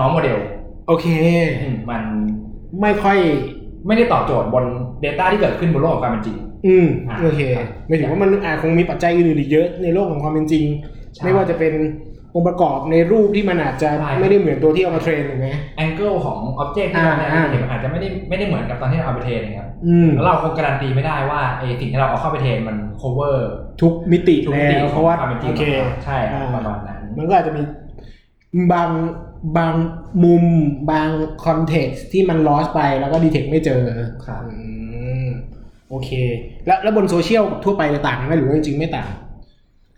น้องโมเดล
โอเค
อืมมัน
ไม่ค่อย
ไม่ได้ตอบโจทย์บน Data ที่เกิดขึ้นบนโลกของความเป็นจริง
อืม
อ่ะ
โอเค
ครับ
ไม่ถึงว่ามันอาจคงมีปัจจัยอื่นๆอีกเยอะในโลกของความเป็นจริง
ใช่
ไม่ว่าจะเป็นองค์ประกอบในรูปที่มันอาจจะ
ใช่
ไม่ได้เหมือนตัวที่เอามาเทรนถูกไหม
แองเกิลของอ็อบเจกต์ที่เราเนี่ย
อ่า
เห็นมันอาจจะไม่ได้ไม่ได้เหมือนกับตอนที่เราเอาไปเทรนนะครับ
อืม
แล้วเราคงการันตีไม่ได้ว่าไอสิ่งที่เราเอาเข้าไปเทรนมัน cover
ทุกมิติ
ทุกมิ
แล้
ติ
ว
ข
เพ
อง
ราะว่า
ความเป็นจริ
โอง เค
ใช่ครับ
อ่า
ประมาณนั้น
มันก็อาจจะมีบางบางมุมบางคอนเท็กซ์ที่มันลอสไปแล้วก็ดีเทคไม่เจอ
ครับ
อืมโอเค แล้วแล้วบนโซเชียลกับทั่วไปเนี่ยต่างกันไหมหรือว่าจริงๆไม่ต่าง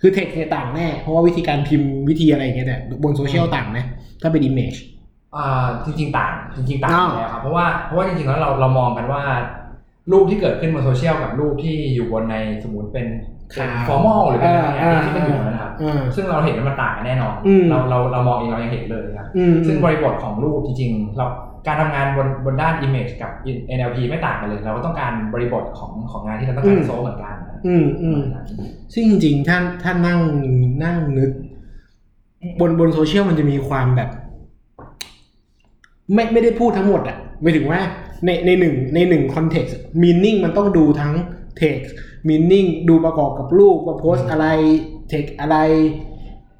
คือเทคเนี่ยต่างแน่ เพราะว่าวิธีการพิมพ์วิธีอะไรอย่างเงี้ยเนี่ยบนโซเชียลต่างไหมถ้าเป็นอิมเมจ
อ่าจริง ๆ ต่างจริง ๆ ต่าง
อ้าว
อยู่แล้วครับเพราะว่าเพราะว่าจริงๆแล้วเราเรามองกันว่า รูปที่เกิดขึ้นบนโซเชียลกับรูปที่อยู่บนในสมมติเป็นฟอร์มอลหรือเป็นอะไรอย่างเงี้ยที่มันอยู่นะครับ
อ่า
ซึ่งเราเห็นว่ามันต่างกันแน่นอน
อืม
เราเราเรามองเองเรายังเห็นเลยครับ
อืม
ซึ่งบริบทของรูปจริงๆ เราการทำงานบนบนด้าน Image กับ NLP ไม่ต่างกันเลย เราก็ต้องการบริบทของของงานที่เราต้องการ
อืม
โซลเหมือนกันนะ
อืมอืม ซึ่งจริงๆ ถ้าถ้านั่งนั่งนึก บนบนโซเชียลมันจะมีความแบบ ไม่ไม่ได้พูดทั้งหมดอะหมายถึงว่าในในหนึ่งในหนึ่งคอนเท็กซ์มีนิ่งมันต้องดูทั้งเท็กซ์มีนิ่งดูประกอบกับรูปว่าโพสต์อะไรเท็กอะไร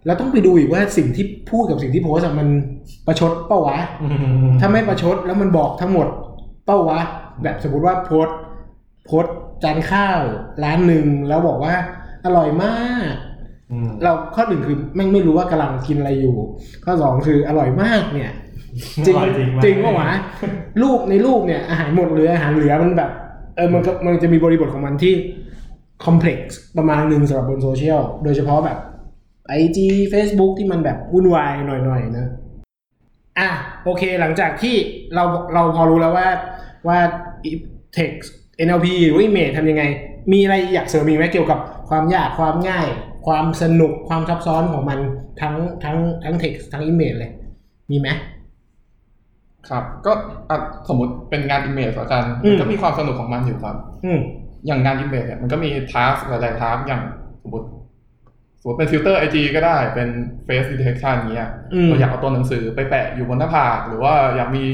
แล้วต้องไปดูอีกว่าสิ่งที่พูดกับสิ่งที่โพสต์อะมันประชดเป้าวะ ถ้าไม่ประชดแล้วมันบอกทั้งหมดเป้าวะ แบบสมมติว่าโพสต์โพสต์จานข้าวร้านหนึ่งแล้วบอกว่า อร่อยมาก เราข้อหนึ่งคือแม่งไม่รู้ว่ากำลังกินอะไรอยู่ ข้อสองคืออร่อยมากเนี่ย จริง
อร่อยจริงไหม
จริงปะวะรูปในรูปเนี่ยอาหารหมดเหลืออาหารเหลือมันแบบเออมันก็มันจะมีบริบทของมันที่คอมเพล็กซ์ประมาณหนึ่งสำหรับบนโซเชียลโดยเฉพาะแบบ ไอจีเฟซบุ๊กที่มันแบบวุ่นวายหน่อยๆนะอ่ะโอเคหลังจากที่เราเราพอรู้แล้วว่าว่า text NLP หรือ image ทำยังไง มีอะไรอยากเสริมอีกไหมเกี่ยวกับความยากความง่าย ความสนุกความซับซ้อนของมันทั้งทั้งทั้ง text ทั้ง image เลย มีไหม
ครับ ก็อ่ะสมมติเป็นงานอิมเมจอาจารย์
อืม
มันก็มีความสนุกของมันอยู่ครับ
อืม
อย่างงานอิมเมจเนี่ยมันก็มีทาสหลายๆทาสอย่างสมมติสมมติเป็นฟิลเตอร์ไอจีก็ได้เป็นเฟซดีเทคชันเงี้ย
อืม
เราอยากเอาตัวหนังสือไปแปะอยู่บนหน้าผากหรือว่าอยากมี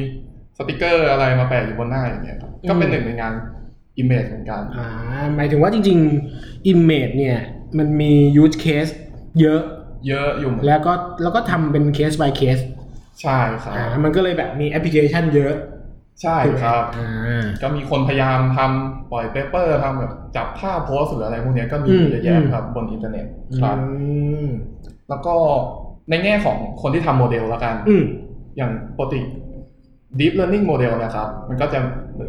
สติกเกอร์อะไรมาแปะอยู่บนหน้าอย่างเงี้ยครับก็เป็นหนึ่งในงานอิมเมจเหมือนกัน
อ่าหมายถึงว่าจริงๆ image เนี่ย มันมี use case เยอะ
เยอะอยู่เหมือน
แล้วก็แล้วก็ทำเป็น case by case
ใช่ครับ
อ่ามันก็เลยแบบมีแอปพลิเคชันเยอะ
ใช่
ถูกไหม
ครับ
อ่า
ก็มีคนพยายามทำปล่อยเปเปอร์ทำแบบจับภาพโพสต์หรืออะไรพวกเนี้ยก็มี
อืม
เยอะ
อื
แยะ
ม
ครับบนอินเทอร์เน็ตค
อื
รับ
ม
แล้วก็ในแง่ของคนที่ทำโมเดลแล้วกัน
อืม
อย่างปกติ deep learning โมเดลนะครับ มันก็จะ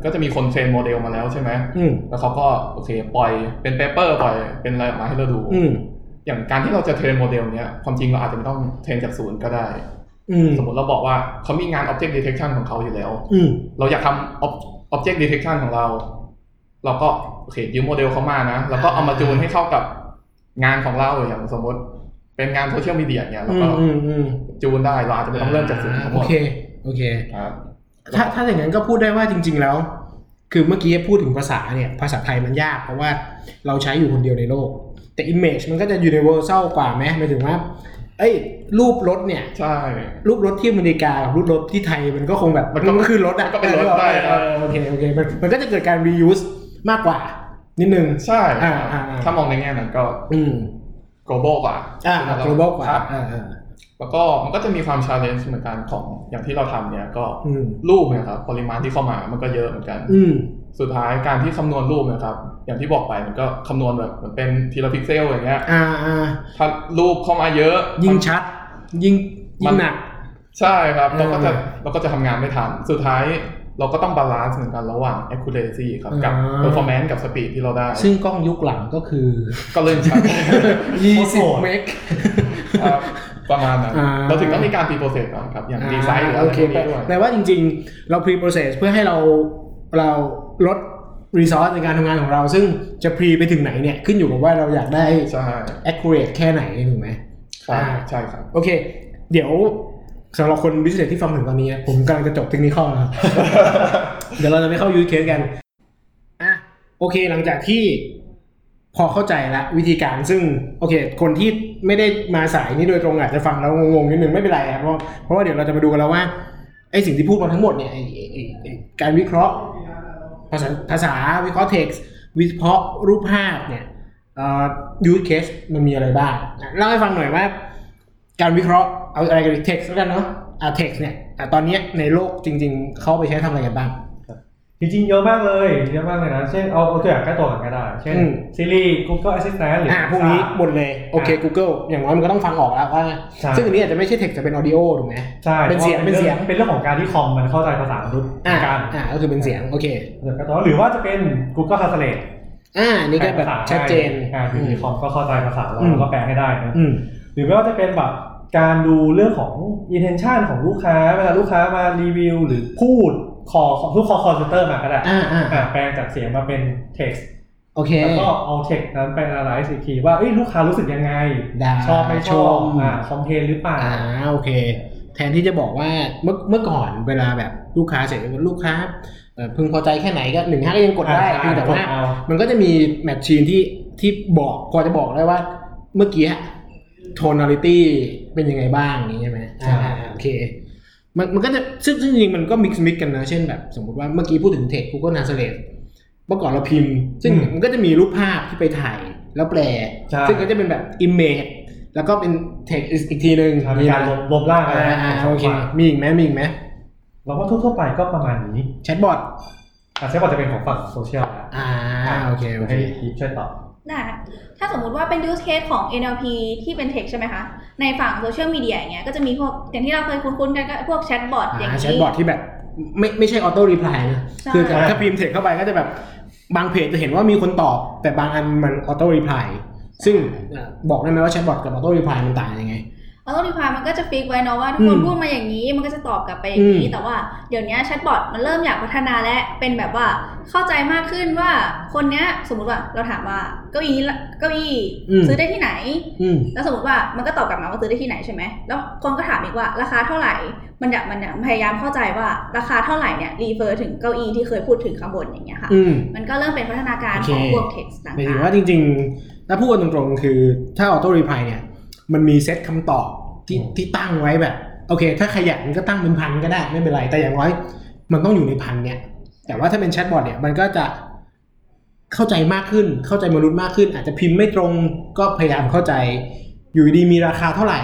ก็จะมีคนเทรนโมเดลมาแล้วใช่ไหม
อืม
แล้วเขาก็โอเคปล่อยเป็นเปเปอร์ปล่อยเป็นอะไรออกมาให้เราดู
อืม
อย่างการที่เราจะเทรนโมเดลเนี้ยความจริงเราอาจจะไม่ต้องเทรนจากศูนย์ก็ได้
อืม
สมมติเราบอกว่าเขามีงาน object detection ของเขาอยู่แล้ว
อืม
เราอยากทำ object detection ของเรา เราก็โอเคยืมโมเดลเขามานะ แล้วก็เอามาจูนให้เข้ากับงานของเราอย่างสมมติ เป็นงานโซเชียลมีเดียเนี่ยเรา
อื
ก็
มอืมอืม
จูนได้เราอาจจะไม่ต้องเริ่มจากศูนย์ทั้งหม
โอ
ด
เคโอเค
ครับ
ถ้าถ้าอย่างนั้นก็พูดได้ว่าจริง ๆ แล้ว คือเมื่อกี้พูดถึงภาษาเนี่ย ภาษาไทยมันยากเพราะว่าเราใช้อยู่คนเดียวในโลก แต่ image มันก็จะ universal กว่าไหมหมายถึงว่า เอ้ย รูปรถเนี่ย
ใช่
รูปรถที่อเมริกากับรูปรถที่ไทยมันก็คงแบบ
มันก็
ก็คือรถอะ
มันก็เป็นรถได้
เอ
ครั
อบ โอเคโอเคมันมันก็จะเกิดการ reuse มากกว่า นิดนึง
ใช่
อ่าอ่าอ่า
ถ้ามองในแง่นั้นก็
อืม
global กว่า
อ่า global กว่า
ครับ
อ่าอ่า
แล้วก็มันก็จะมีความ challenge เหมือนกันของอย่างที่เราทำเนี่ยก็
อืม
รูปเนี่ยครับปริมาณที่เข้ามามันก็เยอะเหมือนกัน
อืม
สุดท้ายการที่คำนวณรูปนะครับ อย่างที่บอกไปมันก็คำนวณแบบเหมือนเป็นทีละพิกเซลอย่างเงี้ย
อ่าอ่า
ถ้ารูปเข้ามาเยอะ
ยิ่ง
มัน
ชัด ยิ่งยิ่งหนัก
ใช่ครับเราก็จะ
อ่า
เราก็จะทำงานไม่ทัน สุดท้ายเราก็ต้องบาลานซ์เหมือนกันระหว่าง accuracy ครับกับ
อ่า
performance กับ speed ที่เราได้
ซึ่งกล้องยุคหลังก็ คือ
ก็เริ่มชัด
20เมก
ครับประมาณนั้น
อ่า
เราถึงต้องมีการ pre-process ก่อนครับ อย่างดีไซน์หรือ
อ่าโอ
อะไร
เค
พ
แปล
วกนี้ด้วย
แปลว่าจริงๆ เรา pre process เพื่อให้เราเราลด resource ในการทำงานของเรา ซึ่งจะ pre ไปถึงไหนเนี่ย ขึ้นอยู่กับว่าเราอยากได้
ใช่
accurate แค่ไหนถูกไหม
ครับ
อ่า
ใช่ครับ
โอเค เดี๋ยวสำหรับคน business ที่ฟังถึงตอนนี้นะผมกำลังจะจบเทคนิคแล้วครับ เดี๋ยวเราจะไปเข้า use case กัน อ่ะ โอเค หลังจากที่พอเข้าใจละวิธีการซึ่ง โอเค คนที่ไม่ได้มาสายนี้โดยตรงอาจจะฟังแล้วงงๆนิดนึงไม่เป็นไรครับเพราะเพราะว่าเดี๋ยวเราจะมาดูกันแล้วว่าไอสิ่งที่พูดมาทั้งหมดเนี่ยไอ้ไอ้ไอ้ไอ้การวิเคราะห์ ภาษาภาษาวิเคราะห์ text วิเคราะห์รูปภาพเนี่ยเอ่อ use case มันมีอะไรบ้างอ่ะเล่าให้ฟังหน่อยว่า การวิเคราะห์เอาอะไรกัน text แล้วกันเนาะอ่ะ text เนี่ยอ่ะตอนเนี้ยในโลกจริง ๆ เขาไปใช้ทำอะไรกันบ้าง
จริงๆ เยอะมากเลย เยอะมากเลยนะ เช่นเอาเอาตัวอย่างใกล้ตัวก่อนก็ได้ เช่น
อืม
ซีรีส์ Google Assistant หรือ
อ่า
Alexa
พวกนี้หมดเลย โอเค Google อย่างน้อยมันก็ต้องฟังออกแล้วว่า
ใช่
ซึ่งอันนี้อาจจะไม่ใช่เทคแต่เป็นออดิโอถูกไหม
ใช่
เป็นเสียง
พราะว่า
เป็นเสียง
รื่องเป็นเรื่องของการที่คอมมันเข้าใจภาษามนุษย์เห
อ่า
มือนกัน
อ่าก็คือเป็นเสียง โอเค
แล้วก็ตัวหรือว่าจะเป็น Google Translate
อ่าอันนี่ก็แบบ
ปลภาษา
ชัดเจน
อ่าอยู่ที่คอมก็เข้าใจภาษาเรา
อืม
แล้วก็แปลให้ได้นะ
อืม
หรือไม่ว่าจะเป็นแบบการดูเรื่องของ intention ของลูกค้า เวลาลูกค้ามารีวิว หรือพูดคอลูกคอคอลเซ็นเตอร์มาก็ได้
อ่าอ่า
อ่าแปลงจากเสียงมาเป็น text
โอเค
แล้วก็เอา text นั้นไป analyze อีกทีว่าเอ้ยลูกค้ารู้สึกยังไง
ได้
ชอบไม่ชอบ
ชม
อ่าคอมเพลนหรือเปล่า
อ่าโอเค แทนที่จะบอกว่าเมื่อเมื่อก่อนเวลาแบบลูกค้าเสร็จลูกค้าเอ่อพึงพอใจแค่ไหนก็หนึ่งห้าก็ยังกดได้
อ่า
เพียงแต่
กด
ว่า
เอา
มันก็จะมีแมชชีนที่ที่บอกพอจะบอกได้ว่า เมื่อกี้โทน a l i t y เป็นยังไงบ้างอย่างนี้ใช่ไหมอ่าอ่าโอเค มันมันก็จะซึ่งซึ่งจริงๆมันก็มิกซ์มิกกันนะ เช่นแบบสมมติว่าเมื่อกี้พูดถึงเทค Google Translate เมื่อก่อนเราพิมพ์ ซึ่ง
อืม
มันก็จะมีรูปภาพที่ไปถ่ายแล้วแปล
ใช่
ซึ่งก็จะเป็นแบบ image แล้วก็เป็น text อีกทีหนึ่ง
อ่ามีการรวมรวมร่างอะไร
อ่า
นะ
อ่า
ข
โอ
อง
เค
สองฝ่าย
มีอีกไหมมีอีกไหม
เราว่าทั่วๆไปก็ประมาณนี้
แชทบอท
อาจจะว่าจะเป็นของฝั่งโซเชียลแล้ว
อ่าโอเคโอเค
ให้อีฟช่วยตอบ
ได้ค่ะถ้าสมมุติว่าเป็น use case ของ NLP ที่เป็น text ใช่ไหมคะ ในฝั่งโซเชียลมีเดียอย่างเงี้ย ก็จะมีพวก อย่างที่เราเคยคุ้นๆกันก็พวกแชทบอทอย่าง
อ่า
นี้
แชทบอทที่แบบไม่ไม่ใช่ออโต้รีプライนะ
ใช่
คือถ้าพิมพ์เทคเข้าไปก็จะแบบบางเพจจะเห็นว่ามีคนตอบ แต่บางอันมันออโต้รีプライ ซึ่งเอ่อบอกได้ไหมว่าแชทบอทกับออโต้รีพลายมันต่างกันยังไง
ออโต้รีพายมันก็จะฟิกไว้เนาะว่าถ้าคุณ
อืม
พูดมาอย่างนี้มันก็จะตอบกลับไปอย่างนี้
อืม
แต่ว่าเดี๋ยวนี้แชทบอทมันเริ่มอยากพัฒนาและเป็นแบบว่าเข้าใจมากขึ้นว่าคนเนี้ยสมมติว่าเราถามว่าเก้าอี้ละเก้าอี้ซื้อได้ที่ไหน
อืม
แล้วสมมติว่ามันก็ตอบกลับมาว่าซื้อได้ที่ไหนใช่ไหมแล้วคนก็ถามอีกว่าราคาเท่าไหร่ มันอยากมันอยากพยายามเข้าใจว่าราคาเท่าไหร่เนี่ยรีเฟอร์ถึงเก้าอี้ที่เคยพูดถึงข้างบนอย่างเงี้ยค่ะ
อืม
มันก็เริ่มเป็นพัฒนาการของ
โอเค
พวกเท็กซ์ต่าง
หมายถึง
ๆ
ว่าจริงๆ ถ้าพูดกันตรงๆ คือถ้าออโต้รีพายเนี่ย มันมีเซตคำตอบที่ที่ตั้งไว้แบบ โอเค ถ้าขยันก็ตั้งเป็นพันก็ได้ไม่เป็นไร แต่อย่างน้อย มันต้องอยู่ในพันเนี่ย แต่ว่าถ้าเป็นแชทบอทเนี่ย มันก็จะเข้าใจมากขึ้น เข้าใจมนุษย์มากขึ้น อาจจะพิมพ์ไม่ตรงก็พยายามเข้าใจ อยู่ดีมีราคาเท่าไหร่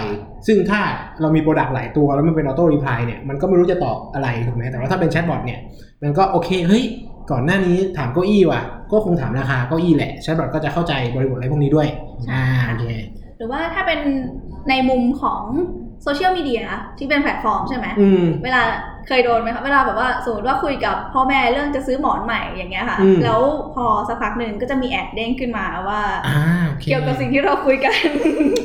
ซึ่งถ้าเรามีโปรดักต์หลายตัวแล้วมันเป็นออโต้รีพายเนี่ยมันก็ไม่รู้จะตอบอะไรถูกไหมแต่ว่าถ้าเป็นแชทบอทเนี่ย มันก็โอเค เฮ้ย ก่อนหน้านี้ถามเก้าอี้ว่ะ ก็คงถามราคาเก้าอี้แหละแชทบอทก็จะเข้าใจบริบทอะไรพวกนี้ด้วย อ่าโอเค
หรือว่าถ้าเป็นในมุมของโซเชียลมีเดียที่เป็นแพลตฟอร์มใช่ไหม
อืม
เวลาเคยโดนไหมคะเวลาแบบว่าสมมติว่าคุยกับพ่อแม่เรื่องจะซื้อหมอนใหม่อย่างเงี้ยค่ะ
อืม
แล้วพอสักพักหนึ่งก็จะมีแอดเด้งขึ้นมาว่า
อ่าโอเค
เกี่ยวกับสิ่งที่เราคุยกัน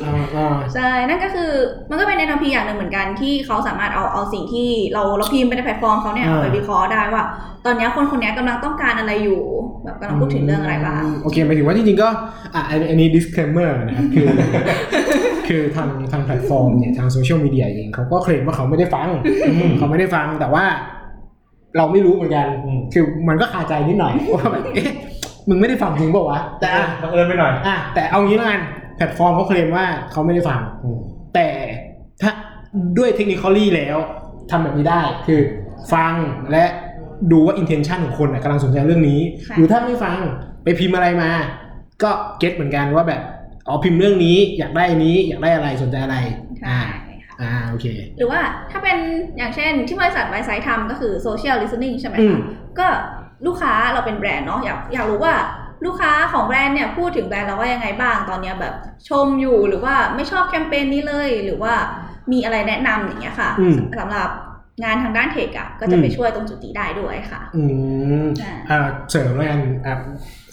อ่าอ่า
ใช่ นั่นก็คือมันก็เป็น NLP อย่างหนึ่งเหมือนกันที่เขาสามารถเอาเอาสิ่งที่เราเราพิมพ์ไปในแพลตฟอร์มเขาเนี่ย
อ่า
เอาไปวิเคราะห์ได้ว่า ตอนเนี้ยคนคนเนี้ยกำลังต้องการอะไรอยู่แบบกำลังพูดถึงเรื่องอะไรบ้าง
มโอเคหมายถึงว่าจริงๆก็อ่ะอันอันนี้ disclaimer นะครับคือ คือทางทางแพลตฟอร์มเนี่ยทางโซเชียลมีเดียเองเขาก็เคลมว่าเขาไม่ได้ฟังเขาไม่ได้ฟังแต่ว่า เราไม่รู้เหมือนกัน
อืม
คือมันก็คาใจนิดหน่อย ว่าแบบเอ๊ะมึงไม่ได้ฟังจริงเปล่าวะแต่อ่ะ
บังเอิญไปหน่อย
อ่ะแต่เอางี้ละกันแพลตฟอร์มเขาเคลมว่าเขาไม่ได้ฟัง แต่ถ้าด้วยเทคนิคอลี่แล้วทำแบบนี้ได้คือฟังและดูว่า intention ของคนน่ะกำลังสนใจเรื่องนี้
ค่ะ
หรือถ้าไม่ฟังไปพิมพ์อะไรมา ก็เก็ตเหมือนกันว่าแบบอ๋อพิมพ์เรื่องนี้อยากได้อันนี้อยากได้อะไรสนใจอะไร
ใช่
อ่าอ่าโอเค
หรือว่าถ้าเป็นอย่างเช่นที่บริษัทไวซ์ไซต์ทำก็คือโซเชียลลิส e n ิ n งใช่ไหม
อืม
คะก็ลูกค้าเราเป็นแบรนด์เนาะอยากอยากรู้ว่าลูกค้าของแบรนด์เนี่ยพูดถึงแบรนด์เราว่ายังไงบ้างตอนเนี้ยแบบชมอยู่หรือว่าไม่ชอบแคมเปญนี้เลย หรือว่ามีอะไรแนะนำอย่างเงี้ยค่ะ
อืม
สำหรับงานทางด้านเทคอะก็จะไปช่วยตรงจุดนี้ได้ด้วยค่ะ
อืม
อ่า
อ่าเสริมแล้วกันอ่ะ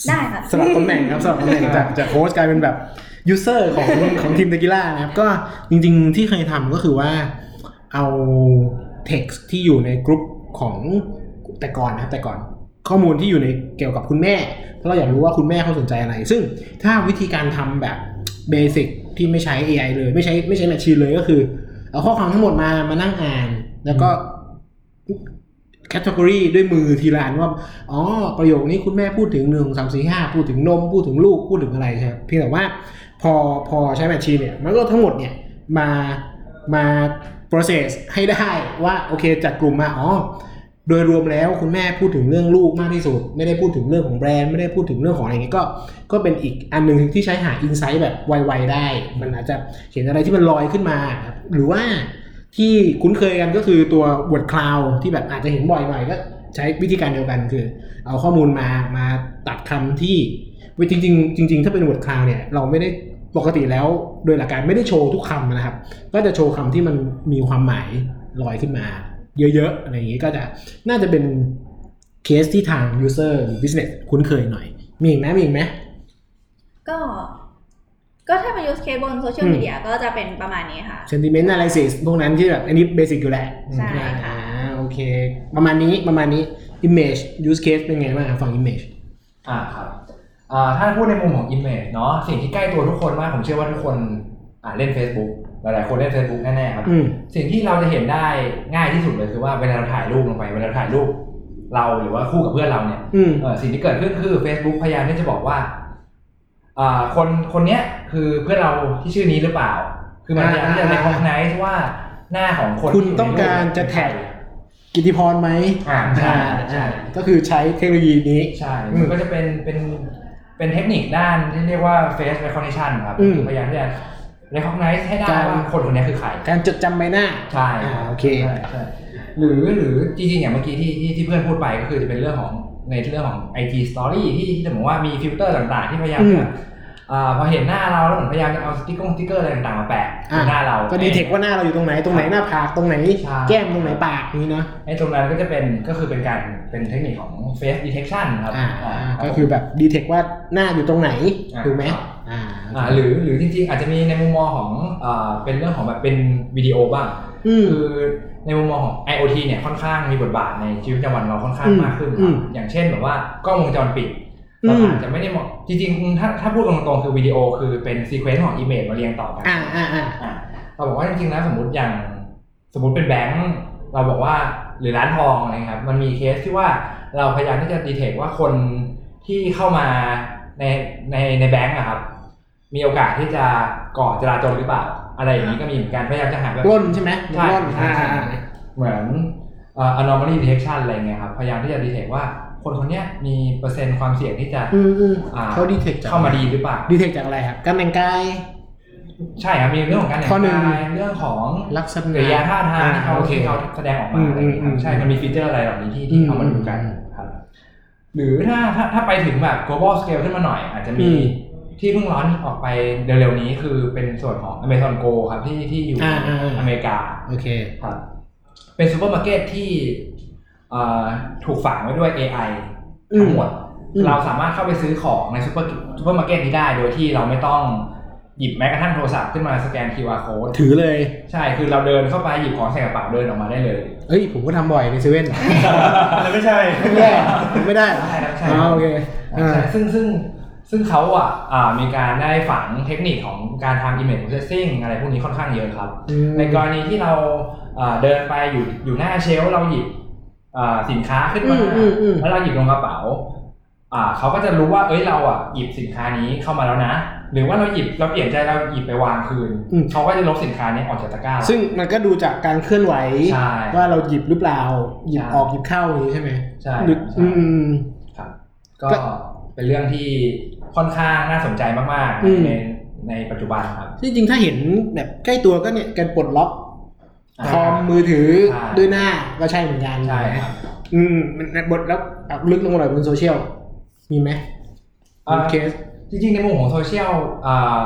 ได้ค่ะ
สลับตำแหน่งครับสลับตำแหน่งจากจากโค้ชกลายเป็นแบบยูเซอร์ของ ของทีมเตกิล่านะครับ ก็จริงๆที่เคยทำก็คือว่าเอาเท็กซ์ที่อยู่ในกลุ่มของแต่ก่อนนะครับแต่ก่อน ข้อมูลที่อยู่ในเกี่ยวกับคุณแม่ถ้าเราอยากรู้ว่าคุณแม่เขาสนใจอะไร ซึ่งถ้าวิธีการทำแบบเบสิกที่ไม่ใช้ AI เลยไม่ใช้ไม่ใช้แมชชีนเลยก็คือ เอาข้อความทั้งหมดมามานั่งอ่าน แล้วก็แคตตากรีด้วยมือทีละอันว่า อ๋อ ประโยคนี้คุณแม่พูดถึงหนึ่งสามสี่ห้าพูดถึงนม พูดถึงลูกพูดถึงอะไรใช่ไหมเพียงแต่ว่าพอพอใช้แมชชีนเนี่ย มันก็ทั้งหมดเนี่ย มามา process ให้ได้ว่าโอเคจัดกลุ่มมาอ๋อ โดยรวมแล้วคุณแม่พูดถึงเรื่องลูกมากที่สุด ไม่ได้พูดถึงเรื่องของแบรนด์ไม่ได้พูดถึงเรื่องของอะไรอย่างเงี้ยก็ก็เป็นอีกอันหนึ่งที่ใช้หาอินไซต์แบบไวๆได้ มันอาจจะเห็นอะไรที่มันลอยขึ้นมาครับหรือว่าที่คุ้นเคยกันก็คือตัว Word Cloud ที่แบบอาจจะเห็นบ่อยหน่อยก็ใช้วิธีการเดียวกันคือ เอาข้อมูลมามาตัดคำที่จริงๆจริง ๆ ถ้าเป็น Word Cloud เนี่ยเราไม่ได้ปกติแล้วโดยหลักการไม่ได้โชว์ทุกคำนะครับ ก็จะโชว์คำที่มันมีความหมายลอยขึ้นมา เยอะๆ อะไรอย่างนี้ก็จะน่าจะเป็นเคสที่ทาง user หรือ business คุ้นเคยหน่อย มีอีกไหมมีอีกไหม
ก็ ก็ถ้าเป็นยูสเคบนโซเชียลมีเดียก็จะเป็นประมาณนี้ค่ะ
sentiment analysis พวกนั้นที่แบบอันนี้เบสิกอยู่แหละ
ใช่ค่ะ
อ่าโอเค ประมาณนี้ประมาณนี้ image use case เป็นไงบ้างครับฝั่ง image
อ่าครับอ่าถ้าพูดในมุมของ image เนาะสิ่งที่ใกล้ตัวทุกคนมากผมเชื่อว่าทุกคนอ่าเล่น Facebook หลายๆคนเล่น Facebook แน่ๆครับ
อืม
สิ่งที่เราจะเห็นได้ง่ายที่สุดเลยคือว่าเวลาเราถ่ายรูปลงไปเวลาเราถ่ายรูปเราหรือว่าคู่กับเพื่อนเราเนี่ย
อืม
เอ่อสิ่งที่เกิดขึ้นคือ Facebook พยายามที่จะบอกว่าอ่าคนคนเนี้ยคือเพื่อนเราที่ชื่อนี้หรือเปล่า คือมันพยายามที่จะ
อ่า
recognize ว่าหน้าของคน
คุณต้องการจะแท็กกิติพรไหม
อ่าใช่ใช่
ก็คือใช้เทคโนโลยีนี้
ใช่
อืม
มันก็จะเป็น เป็น เป็นเทคนิคด้านที่เรียกว่า face recognition ครับ
อืม
คือพยายามที่จะ recognize ให้ได้
การ
ว่าคนคนนี้คือใคร
การจดจำใบหน้า
ใช่
อ่าโอเค
ใช่ใช่หรือ หรือจริงๆอย่างเมื่อกี้ที่ที่ที่เพื่อนพูดไปก็คือจะเป็นเรื่องของในเรื่องของ IG story ที่ที่ผมว่ามีฟิลเตอร์ต่างๆ ที่พยายามจะ อ่าพอเห็นหน้าเราแล้วเหมือนพยายามจะเอาสติ๊กเกอร์สติ๊กเกอร์อะไรต่างๆมาแปะ
อ่ะ
หน้าเรา
ก็ดีเทคว่าหน้าเราอยู่ตรงไหนตรงไหนหน้าผากตรงไหน
ใช่
แก้มตรงไหนปากนี้นะ
ไอ้ตรงนั้นก็จะเป็นก็คือเป็นการเป็นเทคนิคของ face detection ครับ
อ่า
อ่ารับ
ก็คือแบบดีเทคว่าหน้าอยู่ตรงไหน
อ่า
ถูกไหม
ครับ
อ่า
อ่าหรือหรือจริงๆอาจจะมีในมุมมองของอ่าเป็นเรื่องของแบบเป็นวิดีโอบ้าง
อืม
คือในมุมมองของ IoT เนี่ยค่อนข้างมีบทบาทในชีวิตประจำวันเราค่อนข้าง
อืม
มากขึ้นค
อื
รับ
ม
อย่างเช่นแบบว่ากล้องวงจรปิด
อืม
เราอาจจะไม่ได้เหมาะจริงๆถ้าถ้าพูดกันตรงๆคือวิดีโอคือเป็นซีเควนซ์ของอีเมลมาเรียงต่อกัน
อ่าอ่าอ่า
อ่ะเราบอกว่าจริงๆแล้วสมมติอย่างสมมติเป็นแบงก์เราบอกว่าหรือร้านทองอะไรครับมันมีเคสที่ว่าเราพยายามที่จะดีเทคว่าคนที่เข้ามาในในในแบงก์อะครับมีโอกาสที่จะก่อจราจรหรือเปล่า อะไรอย่างนี้ก็มีเหมือนกันพยายามจะหาแบบ
ปล้นใช่ไหม
ใช่
ปล้น
ใช่
อ่า
ใช่
อ่าอ่า
เหมือนเอ่อ anomaly detection อะไรเงี้ยครับ พยายามที่จะ detect ว่าคนคนเนี้ยมีเปอร์เซ็นต์ความเสี่ยงที่จะ
อืมอืม
อ่
เขา detect จาก
เข้ามาดีหรือเปล่า
ดีเทคจากอะไรครับการแต่งกาย
ใช่ครับ มีเรื่องของการแต่ง
ข้อหนึ่ง
กายเรื่องของ
ลักษณะ
กิริยาท่าทางที่เขา
อ่โอค
ที่เขาแสดงออกมา
อืม
อะไรเงี้ยครับ
อืม
ใช่ มันมีฟีเจอร์อะไรเหล่านี้ที่
อื
ที่
ม
เอามาดูกันครับ หรือถ้าถ้าถ้าไปถึงแบบ global scale ขึ้นมาหน่อย อาจจะ
อื
มี
ม
ที่เพิ่งร้อนออกไปเร็วๆนี้คือเป็นส่วนของ Amazon Go ครับที่ที่อยู่
อ่าอ่าอ่า
อเมริกา
โอเค
ครับเป็นซูเปอร์มาร์เก็ตที่เอ่อถูกฝังไว้ด้วย AI
อืม
ทั้งหมด
อืม
เราสามารถเข้าไปซื้อของในซูเปอร์ซูเปอร์มาร์เก็ตนี้ได้ โดยที่เราไม่ต้องหยิบแม้กระทั่งโทรศัพท์ขึ้นมาสแกน QR code
ถือเลย
ใช่ คือเราเดินเข้าไปหยิบของใส่กระเป๋าเดินออกมาได้เลย
เอ้ย ผมก็ทำบ่อยในเซเว่น
อันนั้นไม่ใช่
ไม่ได้ผมไม่ได้เหรอ
ได้ครับใช่
อ๋อโอเคอ่า
ใช่ซึ่งซึ่งซึ่งเขาอ่ะอ่ามีการได้ฝังเทคนิคของการทำ image processing อะไรพวกนี้ค่อนข้างเยอะครับ
อืม
ในกรณีที่เราเอ่อเดินไปอยู่อยู่หน้าเชลฟ์เราหยิบเอ่อสินค้าขึ้นมา
อืมอืมอืม
แล้วเราหยิบลงกระเป๋าอ่าเขาก็จะรู้ว่าเอ้ยเราอ่ะหยิบสินค้านี้เข้ามาแล้วนะ หรือว่าเราหยิบเราเปลี่ยนใจเราหยิบไปวางคืนเขาก็จะลบสินค้านี้ออกจากตะกร้า
ซึ่งมันก็ดูจากการเคลื่อนไหว
ใช่
ว่าเราหยิบหรือเปล่า หยิบ
ใช่
ออกหยิบเข้าอย่างนี้ใช่ไหม
ใช่
หรือ
ใช่
อืมอืม
ครับก็
ก็
เป็นเรื่องที่ค่อนข้างน่าสนใจมาก
อืม
ๆในในปัจจุบันครับ
ที่จริงถ้าเห็นแบบใกล้ตัวก็เนี่ยการปลดล็อก
อ่า
คอมมือถือ
ใช่
ด้วยหน้าก็ใช่เหมือนกัน
ใช่ครับ
อืมมันในบทแล้วอ่ะลึกลงมาหน่อยบนโซเชียลมีไหม
อ่า
มีเคส
จริงๆ ในมุมของโซเชียลอ่า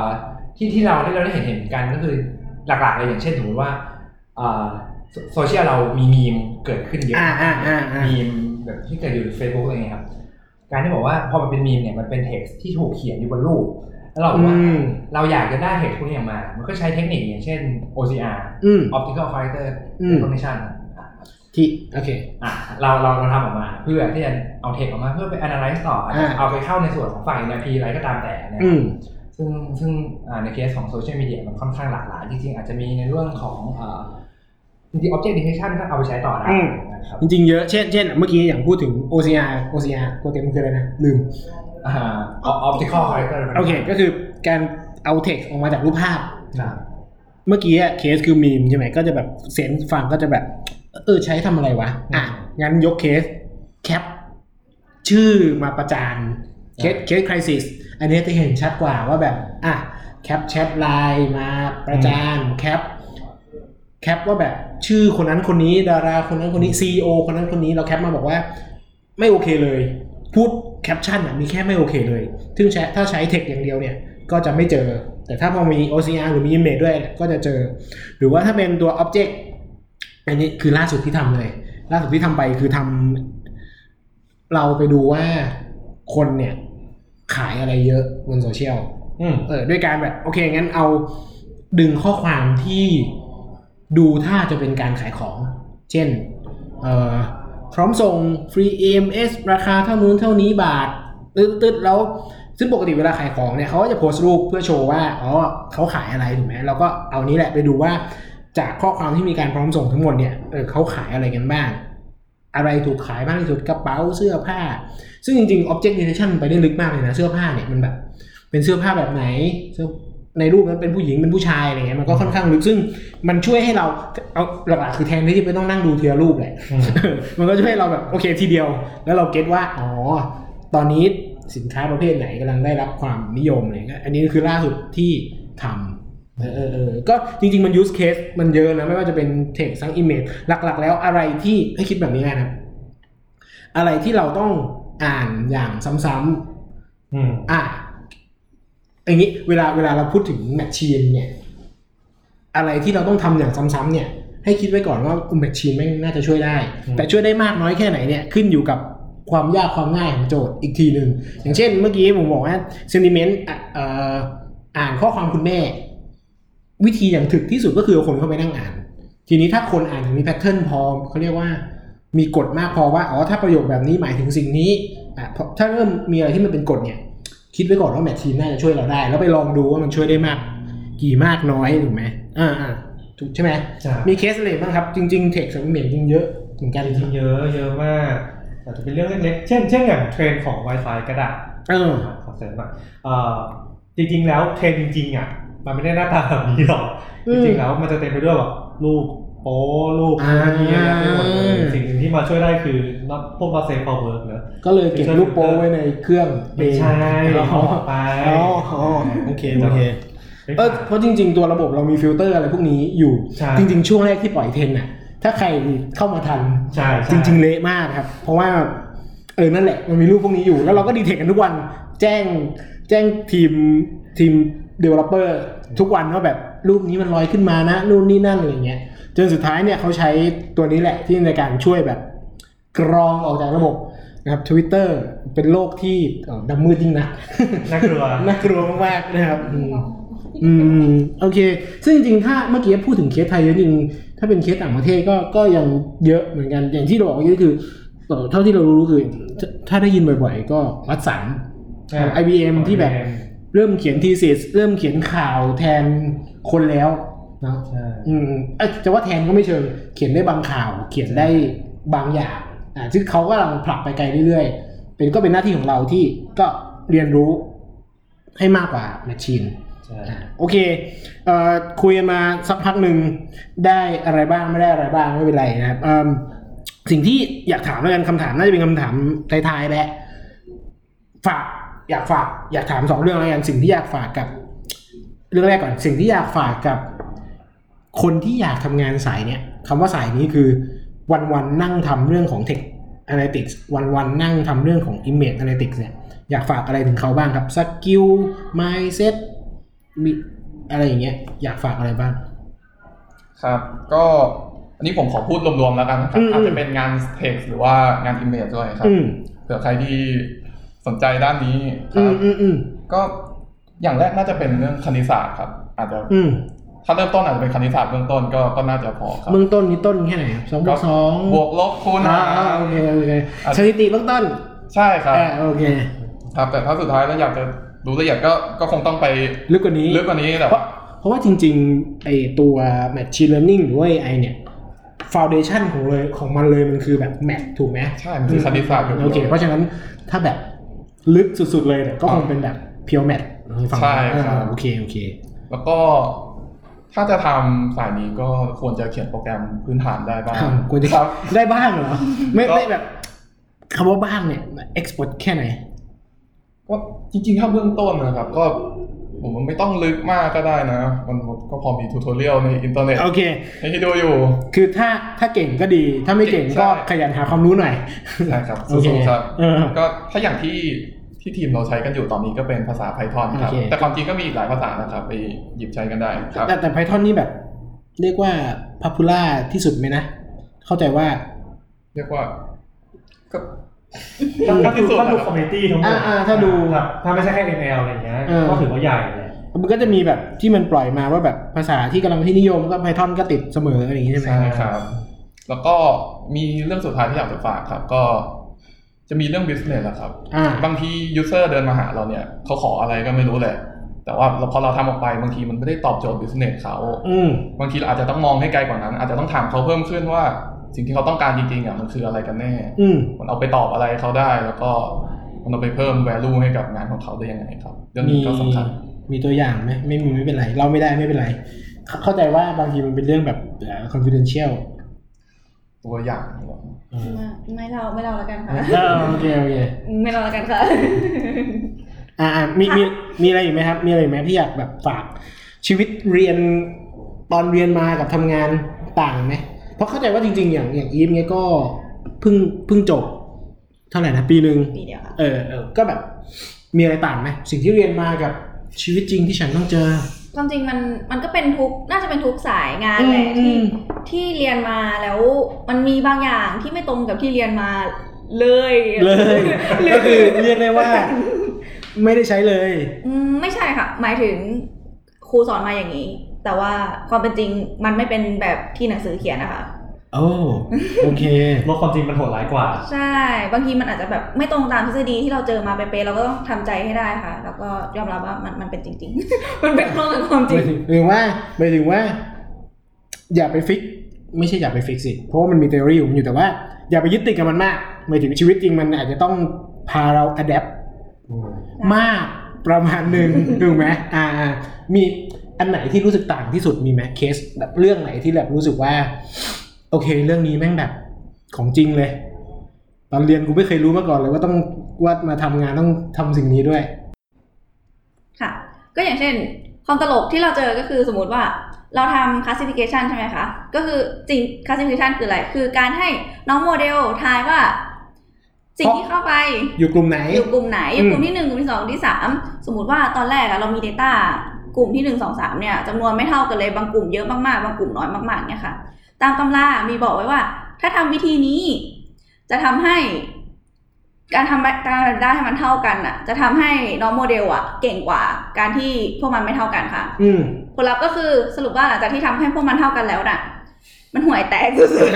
ที่ที่เราที่เราได้เห็นเห็นกันก็คือหลักๆเลยอย่างเช่นสมมติว่าอ่าโซโซเชียลเรามีมีมเกิดขึ้นเยอะ
อ่าอ่าอ่าอ่ามี
มีมแบบที่เกิดอยู่ใน Facebook อะไรเงี้ยครับ การที่บอกว่าพอมันเป็นมีมเนี่ยมันเป็นเท็กซ์ที่ถูกเขียนอยู่บนรูป แล้วเราบอกว่า
อืม
เราอยากจะได้เท็กซ์พวกนี้ออกมา มันก็ใช้เทคนิคอย่างเช่น OCR
อืม
Optical Character
อืม
Recognition อ่ะ
ที่โอเค
อ่ะเราเราเราทำออกมาเพื่อที่จะเอาเทคออกมาเพื่อไป analyze ต่ออาจจะ
อ่า
เอาไปเข้าในส่วนของฝั่ง NLP อะไรก็ตามแต่เนะครับ
อืม
ซึ่งซึ่งอ่าในเคสของโซเชียลมีเดียมันค่อนข้างหลากหลาย จริงๆ อาจจะมีในเรื่องของอ่าจริงๆ object detection ก็เอาไปใช้ต่อได้
อืม
นะครับ
จริงๆเยอะเช่นเช่นเมื่อกี้อย่างพูดถึง OCR OCR ตัวเต็มคืออะไรนะ ลืม
อ่า optical character
โอเค ก็คือการเอาเท็กซ์ออกมาจากรูปภาพ
ครับ
เมื่อกี้อะเคสคือมีมใช่ไหมก็จะแบบเซนส์ฟังก็จะแบบ เออใช้ทำอะไรวะ อ่ะ งั้นยกเคสแคปชื่อมาประจานเคสเคสคริสิสอันนี้จะเห็นชัดกว่าว่าแบบ อ่ะ แคปแชทไลน์มาประจานแคปแคปว่าแบบชื่อคนนั้นคนนี้ดาราคนนั้นคนนี้ซีอคนนั้นคนนี้เราแคปมาบอกว่า ไม่โอเคเลย พูดแคปชั่นอ่ะมีแค่ไม่โอเคเลย ซึ่งใช้ถ้าใช้เทคอย่างเดียวเนี่ย ก็จะไม่เจอ แต่ถ้าพอมี OCR หรือมี image ด้วยเนี่ยก็จะเจอ หรือว่าถ้าเป็นตัว object อันนี้คือล่าสุดที่ทำเลย ล่าสุดที่ทำไปคือทำเราไปดูว่าคนเนี่ย ขายอะไรเยอะบนโซเชียล
อืม
เออด้วยการแบบโอเคงั้นเอาดึงข้อความที่ดูท่าจะเป็นการขายของ เช่นเอ่อพร้อมส่งฟรี EMS ราคาเท่านู้นเท่านี้บาทตึ๊ดตึ๊ดแล้วซึ่งปกติเวลาขายของเนี่ยเขาก็จะโพสต์รูปเพื่อโชว์ว่าอ๋อเขาขายอะไรถูกไหมเราก็เอานี้แหละไปดูว่าจากข้อความที่มีการพร้อมส่งทั้งหมดเนี่ยเออเขาขายอะไรกันบ้าง อะไรถูกขายมากที่สุดกระเป๋าเสื้อผ้า ซึ่งจริงๆ object detection ไปได้ลึกมากเลยนะเสื้อผ้าเนี่ยมันแบบ เป็นเสื้อผ้าแบบไหนเสื้อในรูปนั้นเป็นผู้หญิงเป็นผู้ชายอะไรเงี้ยมันก็ค่อนข้างลึกซึ่งมันช่วยให้เราเอาหลักๆคือแทนที่จะไปต้องนั่งดูทีละรูปแหละ มันก็ช่วยให้เราแบบโอเคทีเดียว แล้วเราเก็ตว่าอ๋อตอนนี้สินค้าประเภทไหนกำลังได้รับความนิยมอะไรเงี้ยอันนี้คือล่าสุดที่ทำเออเออเออก็จริง ๆ มัน use case มันเยอะนะไม่ว่าจะเป็น text ทั้ง image หลักๆ แล้วอะไรที่ให้คิดแบบนี้นะครับ อะไรที่เราต้องอ่านอย่างซ้ำๆ
อืม
อ่ะ อย่างนี้เวลาเวลาเราพูดถึงแมชชีนเนี่ย อะไรที่เราต้องทำอย่างซ้ำๆเนี่ย ให้คิดไว้ก่อนว่าแมชชีนแม่งน่าจะช่วยได้
อืม
แต่ช่วยได้มากน้อยแค่ไหนเนี่ยขึ้นอยู่กับความยากความง่ายของโจทย์อีกทีหนึ่งอย่างเช่นเมื่อกี้ผมบอกว่าเซนติเมนต์อ่านข้อความคุณแม่ วิธีอย่างถึกที่สุดก็คือเอาคนเข้าไปนั่งอ่าน ทีนี้ถ้าคนอ่านมีแพทเทิร์นพอเขาเรียกว่า มีกฎมากพอว่าอ๋อถ้าประโยคแบบนี้หมายถึงสิ่งนี้อ่ะพอถ้าเริ่มมีอะไรที่มันเป็นกฎเนี่ย คิดไว้ก่อนว่าแมทชีนน่าจะช่วยเราได้ แล้วไปลองดูว่ามันช่วยได้มาก กี่มากน้อยถูกไหมอ่าอ่าถูกใช่ไหม
จ้ะ
มีเคสอะไรบ้างครับ จริง ๆ เทคสำหรับเหมียงจริงเยอะเหมือนกัน
จริงๆเยอะเยอะมากอาจจะเป็นเรื่องเล็กๆ เช่นเช่นอย่างเทรนด์ของ Wi-Fi กระดาษ
เออ
ขอเสริมหน่อยเอ่อจริงๆ แล้วเทรนด์จริงๆอ่ะ มันไม่ได้หน้าตาแบบนี้หรอก
อื
จ
ม
ริงๆ แล้วมันจะเต็มไปด้วยแบบรูปโป้รูป
อ่า
นู่นนี่อะไรไปหมดเลยสิ่งหนึ่งที่มาช่วยได้คือพวกเราเซฟฟอร์เวิร์กเนอะ
ก็เลยเก็บรูปโป้ไว้ในเครื่องเอ
ไม่
ง
ใช่
อ๋อ
เอาออกไป
อ๋ออ๋อ โอเคโอเค เออเพราะจริง ๆ ตัวระบบเรามีฟิลเตอร์อะไรพวกนี้อยู่
ใช่
จริง ๆ ช่วงแรกที่ปล่อยเทรนน่ะ ถ้าใครเข้ามาทัน
ใช่ใช่
จริง ๆ เละมากครับ เพราะว่าเออนั่นแหละ มันมีรูปพวกนี้อยู่ แล้วเราก็ดีเทคกันทุกวัน แจ้งแจ้งทีมทีม developer ทุกวันว่าแบบรูปนี้มันลอยขึ้นมานะนู่นนี่นั่นอะไรเงี้ย จนสุดท้ายเนี่ยเขาใช้ตัวนี้แหละที่ในการช่วยแบบกรองออกจากระบบนะครับ Twitter เป็นโลกที่เอ่อดำมืดยิ่งนะ
น่ากลัว
น่ากลัวมากๆนะครับอืมอืมโอเค ซึ่งจริงๆ ถ้าเมื่อกี้พูดถึงเคสไทยเยอะจริงถ้าเป็นเคสต่างประเทศก็ก็ยังเยอะเหมือนกัน อย่างที่เราบอกเมื่อกี้คือเอ่อเท่าที่เรารู้คือถถ้าได้ยินบ่อยๆ ก็วัดสัน
อ่า
IBM ที่แบบเริ่มเขียนทีสิสเริ่มเขียนข่าวแทนคนแล้วเนาะ
ใช่
อืมเอ้ยจะว่าแทนก็ไม่เชิงเขียนได้บางข่าว เขียนได้บางอย่างอ่าซึ่งเขากำลังผลักไปไกลเรื่อยๆ เป็นก็เป็นหน้าที่ของเราที่ก็เรียนรู้ให้มากกว่าแมชชีน
ใช่
อ่ะโอเคเอ่อคุยกันมาสักพักหนึ่งได้อะไรบ้างไม่ได้อะไรบ้างไม่เป็นไรนะครับเอิ่มสิ่งที่อยากถามแล้วกันคำถามน่าจะเป็นคำถามท้ายๆแหละฝากอยากฝากอยากถามสองเรื่องแล้วกันสิ่งที่อยากฝากกับ เรื่องแรกก่อนสิ่งที่อยากฝากกับ คนที่อยากทำงานสายเนี้ยคำว่าสายนี้คือวันวันๆนั่งทำเรื่องของ Tech Analytics วันวันๆนั่งทำเรื่องของ Image Analytics เนี่ย อยากฝากอะไรถึงเขาบ้างครับสกิล mindset มีอะไรอย่างเงี้ยอยากฝากอะไรบ้าง
ครับ ก็อันนี้ผมขอพูดรวมๆแล้วกันนะครับ
อืม
อาจจะเป็นงานเทคหรือว่างานอิมเมจด้วยครับ
อืม
เผื่อใครที่สนใจด้านนี้ค
อื
รั
ม
บ
อืมอืม
ก็อย่างแรกน่าจะเป็นเรื่องคณิตศาสตร์ครับ อาจจะ
อืม
ถ้าเริ่มต้นอาจจะเป็นคณิตศาสตร์เบื้องต้นก็ก็น่าจะพอครับ
เบื้องต้นนี่ต้นแค่ไหนครับสองบวกสอง
บวกลบคูณหา
อ่าอ่าโอเคโอเคสถิติเบื้องต้น
ใช่ครับ
อ่าโอเค
ครับ แต่ถ้าสุดท้ายแล้วอยากจะรู้ละเอียดก็ก็คงต้องไป
ลึกกว่านี้
ลึกกว่านี้แต่
เพราะ
ว่า
เพราะว่าจริงๆไอตัว machine learning หรือว่า AI เนี่ย foundation ของเลยของมันเลยมันคือแบบ math ถูกไหม
ใช่มันคือคณิตศาสตร์อยู่
โอเค เพราะฉะนั้นถ้าแบบลึกสุดๆเลยเนี่ยก็คงเป็นแบบ pure math ฝั่ง
ใช่ครับ
อ่าโอเค โอเค
แล้วก็ถ้าจะทำสายนี้ก็ควรจะเขียนโปรแกรมพื้นฐานได้บ้าง
อ้าวควรจะ
ครับ
ได้บ้างเหรอ ไม่
ก็
ไม่แบบคำว่าบ้างเนี่ย export แค่ไหน
ก็จริงๆ ถ้าเบื้องต้นนะครับ ก็ผมว่าไม่ต้องลึกมากก็ได้นะ มันก็พอมีทูทอเรียลในอินเทอร์เน็ต
โอเค
ให้ที่ดูอยู่
คือถ้าถ้าเก่งก็ดี ถ้าไม่เก่ง
เก่ง
ก็
ใช่
ขยันหาความรู้หน่อย
ใช่ครับ
โอเค
สู้ๆครับ
เออ
ก็ถ้าอย่างที่ที่ทีมเราใช้กันอยู่ตอนนี้ก็เป็นภาษา Python ครับ
โอเค
แต่ความจริงก็มีอีกหลายภาษานะครับ ไปหยิบใช้กันได้ครับ
แต่แต่ Python นี่แบบ เรียกว่า popular ที่สุดไหมนะ เข้าใจว่า
เรียกว่าก็
ถ้าดูถ้าดูคอมมิตี้ทั้งหมด
อ่าอ่าถ้าดู
ครับถ้าไม่ใช่แค่ ML อะไรอย่างเงี้ย
เออ
ก็ถือว่าใหญ่เลย
มันก็จะมีแบบที่มันปล่อยมาว่าแบบภาษาที่กำลังเป็นที่นิยมก็ Python ก็ติดเสมออะไรอย่างนี้ใช่ไหม
ใช่ครับ แล้วก็มีเรื่องสุดท้ายที่อยากจะฝากครับ ก็จะมีเรื่อง business แหละครับ
อ่า
บางที user เดินมาหาเราเนี่ย เขาขออะไรก็ไม่รู้แหละ แต่ว่าเราพอเราทำออกไปบางทีมันไม่ได้ตอบโจทย์ business เขา
อืม
บางทีเราอาจจะต้องมองให้ไกลกว่านั้น อาจจะต้องถามเขาเพิ่มขึ้นว่า สิ่งที่เขาต้องการจริงๆอ่ะมันคืออะไรกันแน่
อืม
มันเอาไปตอบอะไรเขาได้ แล้วก็มันเอาไปเพิ่ม value ให้กับงานของเขาได้ยังไงครับ เรื่องนี้ก็สำคัญ
มีตัวอย่างไหมไม่มีไม่เป็นไร เราไม่ได้ไม่เป็นไร เข้าเข้าใจว่าบางทีมันเป็นเรื่องแบบเอ่อ confidential
ตัวอย่างเหรอ
ไม่เราไม่เราแล้วกันค่ะ
เออโอเคโอเค
ไม่เราแล้วกันค่ะ
อ่าอ่ามีมีมีอะไรอีกไหมครับ มีอะไรอีกไหมที่อยากแบบฝากชีวิตเรียนตอนเรียนมากับทำงานต่างไหมเพราะเข้าใจว่าจริง ๆ อย่างอย่างอีฟเนี้ยก็เพิ่งเพิ่งจบ เท่าไหร่นะปีหนึ่ง
ปีเดียวค่ะ
เออเออก็แบบมีอะไรต่างไหมสิ่งที่เรียนมากับ ชีวิตจริงที่ฉันต้องเจอ
ความจริงมันมันก็เป็นทุกน่าจะเป็นทุกสายงานแหละ
อื
ที่
ม
ที่เรียนมาแล้วมันมีบางอย่างที่ไม่ตรงกับที่เรียนมาเลย
เลยก็คือเรียกได้ว่า ไม่ได้ใช้เลย
อืมไม่ใช่ค่ะ หมายถึงครูสอนมาอย่างนี้ แต่ว่าความเป็นจริงมันไม่เป็นแบบที่หนังสือเขียนนะคะ
โอ้โอเค
โลกความจริงมันโหดร้ายกว่า
ใช่บางทีมันอาจจะแบบไม่ตรงตามทฤษฎีที่เราเจอมาเป๊ะๆเราก็ต้องทำใจให้ได้ค่ะ แล้วก็ยอมรับว่ามันมันเป็นจริง ๆ มันเป็นตรงกับความจ
ห
ริ
มาง ยถึงหมายถึงว่าหมายถึงว่า อย่าไปฟิก ไม่ใช่อย่าไปฟิกสิเพราะว่ามันมี theory ของมันอยู่แต่ว่า อย่าไปยึดติดกับมันมากหมายถึงชีวิตจริงมันอาจจะต้องพาเรา adapt มากประมาณหนึ่ง ถูกไหมอ่าอ่ามีอันไหนที่รู้สึกต่างที่สุดมีไหมเคสแบบเรื่องไหนที่แบบรู้สึกว่า โอเค เรื่องนี้แม่งแบบของจริงเลย ตอนเรียนกูไม่เคยรู้มาก่อนเลยว่าต้องว่ามาทำงานต้องทำสิ่งนี้ด้วย
ค่ะ ก็อย่างเช่น ความตลกที่เราเจอก็คือสมมติว่าเราทำ classification ใช่ไหมคะ ก็คือสิ่ง classification คืออะไร คือการให้น้องโมเดลทายว่า สิ่งที่เข้าไป
อยู่กลุ่มไหน
อยู่กลุ่มไหนอ
อื
ยู่
ม
กลุ่มที่หนึ่งกลุ่มที่สองกลุ่มที่สามสมมติว่าตอนแรกอะเรามี Data กลุ่มที่หนึ่งสองสามเนี่ยจำนวนไม่เท่ากันเลยบางกลุ่มเยอะมากๆบางกลุ่มน้อยมากๆเนี่ยค่ะ ตามตำรามีบอกไว้ว่า ถ้าทำวิธีนี้ จะทำให้ การทำการได้ให้มันเท่ากันอะจะทำให้น้องโมเดลอะเก่งกว่าการที่พวกมันไม่เท่ากันค่ะ
อืม
ผลลัพธ์ก็คือสรุปว่าหลังจากที่ทำให้พวกมันเท่ากันแล้วน่ะ มันห่วยแตกสุดๆ
ใช้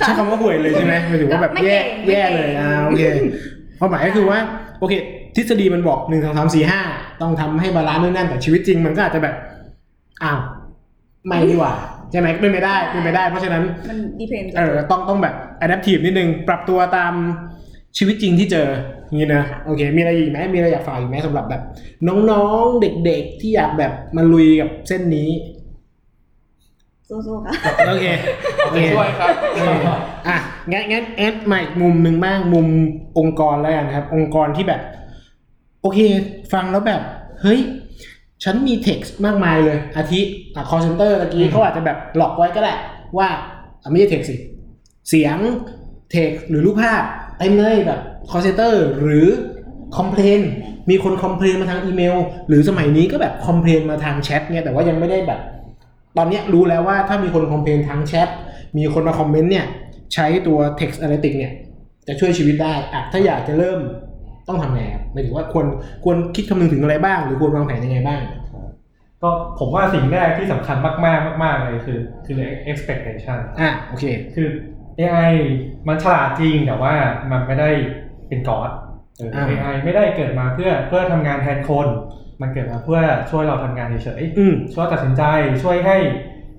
ค่ะ
คำว่าห่วยเลยใช่ไหมหมายถึงว่าแบบ
ไม่เก่
แย่
ง
แย่
ไม่เก่ง
เลยอ่าโอเคความหมายก็คือว่าโอเค ทฤษฎีมันบอกหนึ่งสองสามสี่ห้าต้องทำให้บาลานซ์นู่นนั่นแต่ชีวิตจริงมันก็อาจจะแบบอ้าวไม่ดีกว่าใช่ไหมเป็นไปได้เป็นไปได้ เพราะฉะนั้น
มันดีเพน
เออต้องต้องแบบ adaptive นิดนึง ปรับตัวตามชีวิตจริงที่เจออย่างนี้นะโอเค มีอะไรอีกไหมมีอะไรอยากฝากอีกไหมสำหรับแบบ น้องๆเด็กๆที่อยากแบบมาลุยกับเส้นนี้
สู้ๆค่ะ
โอเคโอเค
ช่วยครับ
อ่ะงั้นงั้นแอดมาอีกมุมหนึ่งบ้างมุมองค์กรแล้วกันครับ องค์กรที่แบบ โอเค ฟังแล้วแบบ เฮ้ย ฉันมีเท็กซ์มากมายเลย อาทิอ่ะคอเซนเตอร์ตะกี้เขาอาจจะแบบหลอกไว้ก็ได้ว่าอ่ะไม่ใช่เท็กซ์สิ เสียงเท็กซ์หรือรูปภาพเต็มเลยแบบคอเซนเตอร์หรือคอมเพลนมีคนคอมเพลนมาทางอีเมล หรือสมัยนี้ก็แบบคอมเพลนมาทางแชทเนี่ยแต่ว่ายังไม่ได้แบบ ตอนเนี้ยรู้แล้วว่าถ้ามีคนคอมเพลนทางแชท มีคนมาคอมเมนต์เนี่ย ใช้ตัว text analytics เนี่ย จะช่วยชีวิตได้อะถ้าอยากจะเริ่มต้องทำไงครับหมายถึงว่าควรควรคิดคำนึงถึงอะไรบ้าง หรือควรวางแผนยังไงบ้าง
ก็ผมว่าสิ่งแรกที่สำคัญมากๆมากๆเลยคือคือ expectation
อ่ะโอเค
คือ AI มันฉลาดจริงแต่ว่ามันไม่ได้เป็นกอดเออ
อ่า
AI ไม่ได้เกิดมาเพื่อเพื่อทำงานแทนคน มันเกิดมาเพื่อช่วยเราทำงานเฉย
อืม
ๆช่วยตัดสินใจช่วยให้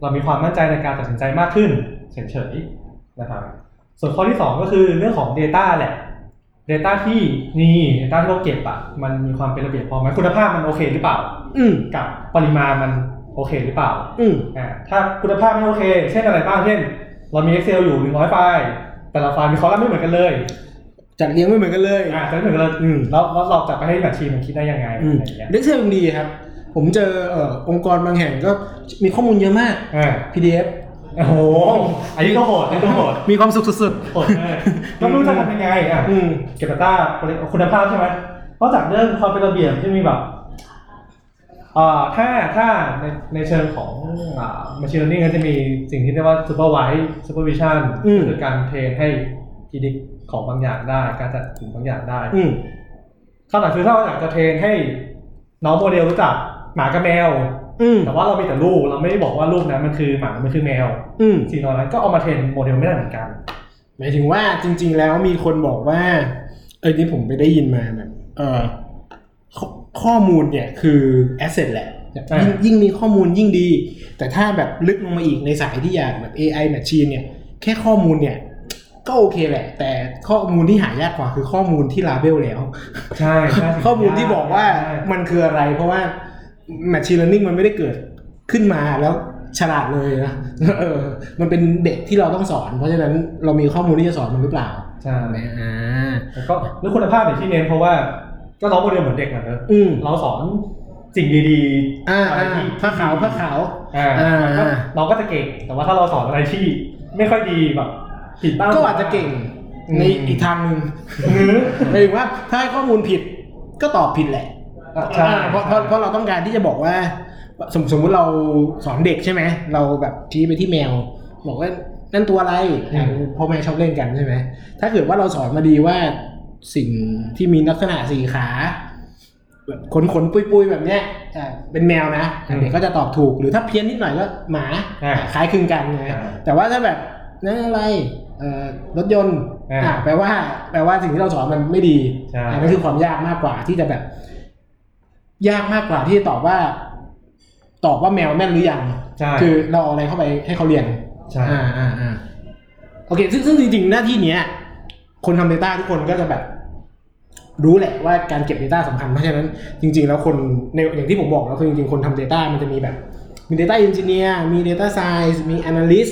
เรามีความมั่นใจในการตัดสินใจมากขึ้นเฉยๆนะครับส่วนข้อที่ 2 ก็คือเรื่องของ Data แหละ Data ที่มี Data ที่เราเก็บอะมันมีความเป็นระเบียบพอไหมคุณภาพมันโอเคหรือเปล่า
อืม
กับปริมาณมันโอเคหรือเปล่า
อืม
อ่าถ้าคุณภาพไม่โอเค เช่นอะไรบ้าง เช่น เรามี Excel อยู่ 100 ไฟล์ แต่ละไฟล์มีคอลัมน์ไม่เหมือนกันเลย
จัดเลี้ยงไม่เหมือนกันเลย
อ่าจะไม่เหมือนกันเลย
อืม
แล้วแล้วเราจะไปให้แมชชีนมันคิดได้ยังไงอะไรอย่างเงี้ย
เด็กเซลยังดีครับ ผมเจอเอ่อองค์กรบางแห่งก็มีข้อมูลเยอะมาก
อ่า
PDF
โอ้โหอันนี้ก็โหดอันนี้ก็โหด
มีความสุขสุด
โหดเลยก็ไม่รู้จะทำยังไงอ่ะ
อืม
เก็บดัต้าคุณภาพใช่ไหมนอกจากเรื่องความเป็นระเบียบที่มีแบบอ่าถ้าถ้าในในเชิงของอ่า machine learning ก็จะมีสิ่งที่เรียกว่า supervised supervision
อืม
ก็คือการเทรนให้พิจิตของบางอย่างได้ การจัดกลุ่มบางอย่างได้
ๆอืม
คำถามคือถ้าเราอยากจะเทรนให้น้องโมเดลรู้จักหมากับแมว
อืม
แต่ว่าเรามีแต่ลูกเราไม่ได้บอกว่าลูกนั้นมันคือหมามันคือแมว
อืม
สิ่งเหล่านั้นก็เอามาเทรนโมเดลไม่ได้เหมือนกัน
หมายถึงว่าจริง ๆ แล้วมีคนบอกว่า เออที่ผมไปได้ยินมาแบบเออขข้อมูลเนี่ยคือแอสเซทแหละแบบ
ใช่
ยิ่งยิ่งมีข้อมูลยิ่งดี แต่ถ้าแบบลึกลงมาอีกในสายที่อยากแบบ AI Machine เนี่ย แค่ข้อมูลเนี่ย ก็โอเคแหละ แต่ข้อมูลที่หายากกว่าคือข้อมูลที่ลาเบลแล้ว
ใช่ใช่สิ่ง
ข้อมูลที่บอกว่า
ใช่
มันคืออะไร เพราะว่า Machine Learning มันไม่ได้เกิดขึ้นมาแล้วฉลาดเลยนะ เออ มันเป็นเด็กที่เราต้องสอน เพราะฉะนั้นเรามีข้อมูลที่จะสอนมันหรือเปล่า
ใช่
แหมอ่า
แล้วก็เรื่องคุณภาพอย่างที่เน้นเพราะว่าก็น้องโมเดลเหมือนเด็กเหมือนเดิม
อืม
เราสอนสิ่งดีๆ
อ่า
อะไร
อ่า
ที่
ผ้าขาวผ้าขาว
อ่า
อ่า
แล้วก็เราก็จะเก่ง แต่ว่าถ้าเราสอนอะไรที่ไม่ค่อยดีแบบผิดบ้าง
ก็อาจจะเก่ง
อื ม
ในอีกทางหนึ่งหมายถึงว่าถ้าให้ข้อมูลผิดก็ตอบผิดแหละ
อ่ะใช่
เพราะเพราะเพราะเราต้องการที่จะบอกว่า สมสมมติเราสอนเด็กใช่ไหม เราแบบชี้ไปที่แมว บอกว่านั่นตัวอะไรอ่ะพ่อแม่ชอบเล่นกันใช่ไหม ถ้าเกิดว่าเราสอนมาดีว่าสิ่งที่มีลักษณะสี่ขาแบบขนขนปุยปุยๆแบบเนี้ยอ่ะเป็นแมวนะอ่ะเด็กก็จะตอบถูกหรือถ้าเพี้ยนนิดหน่อยก็หมา
อ่ะ
อ่ะคล้ายคลึงกันนะ แต่ว่าถ้าแบบนั่นอะไรเอ่อรถยนต์
อ่า
อ่ะแปลว่า แปลว่าสิ่งที่เราสอนมันไม่ดี
ใช่
อันนั้นคือความยากมากกว่าที่จะแบบ ยากมากกว่าที่จะตอบว่า ตอบว่าแมวแม่นหรือยัง
ใช่
คือเราเอาอะไรเข้าไปให้เขาเรียน
ใช่
อ่าอ่าอ่าโอเคซึ่งซึ่งจริงๆ หน้าที่เนี้ย คนทำ Data ทุกคนก็จะแบบ รู้แหละว่าการเก็บ Data สำคัญเพราะฉะนั้นจริง ๆ แล้วคนในอย่างที่ผมบอกแล้วคือจริงๆ คนทำ Data มันจะมีแบบ มี Data Engineer มี Data Science มี Analyst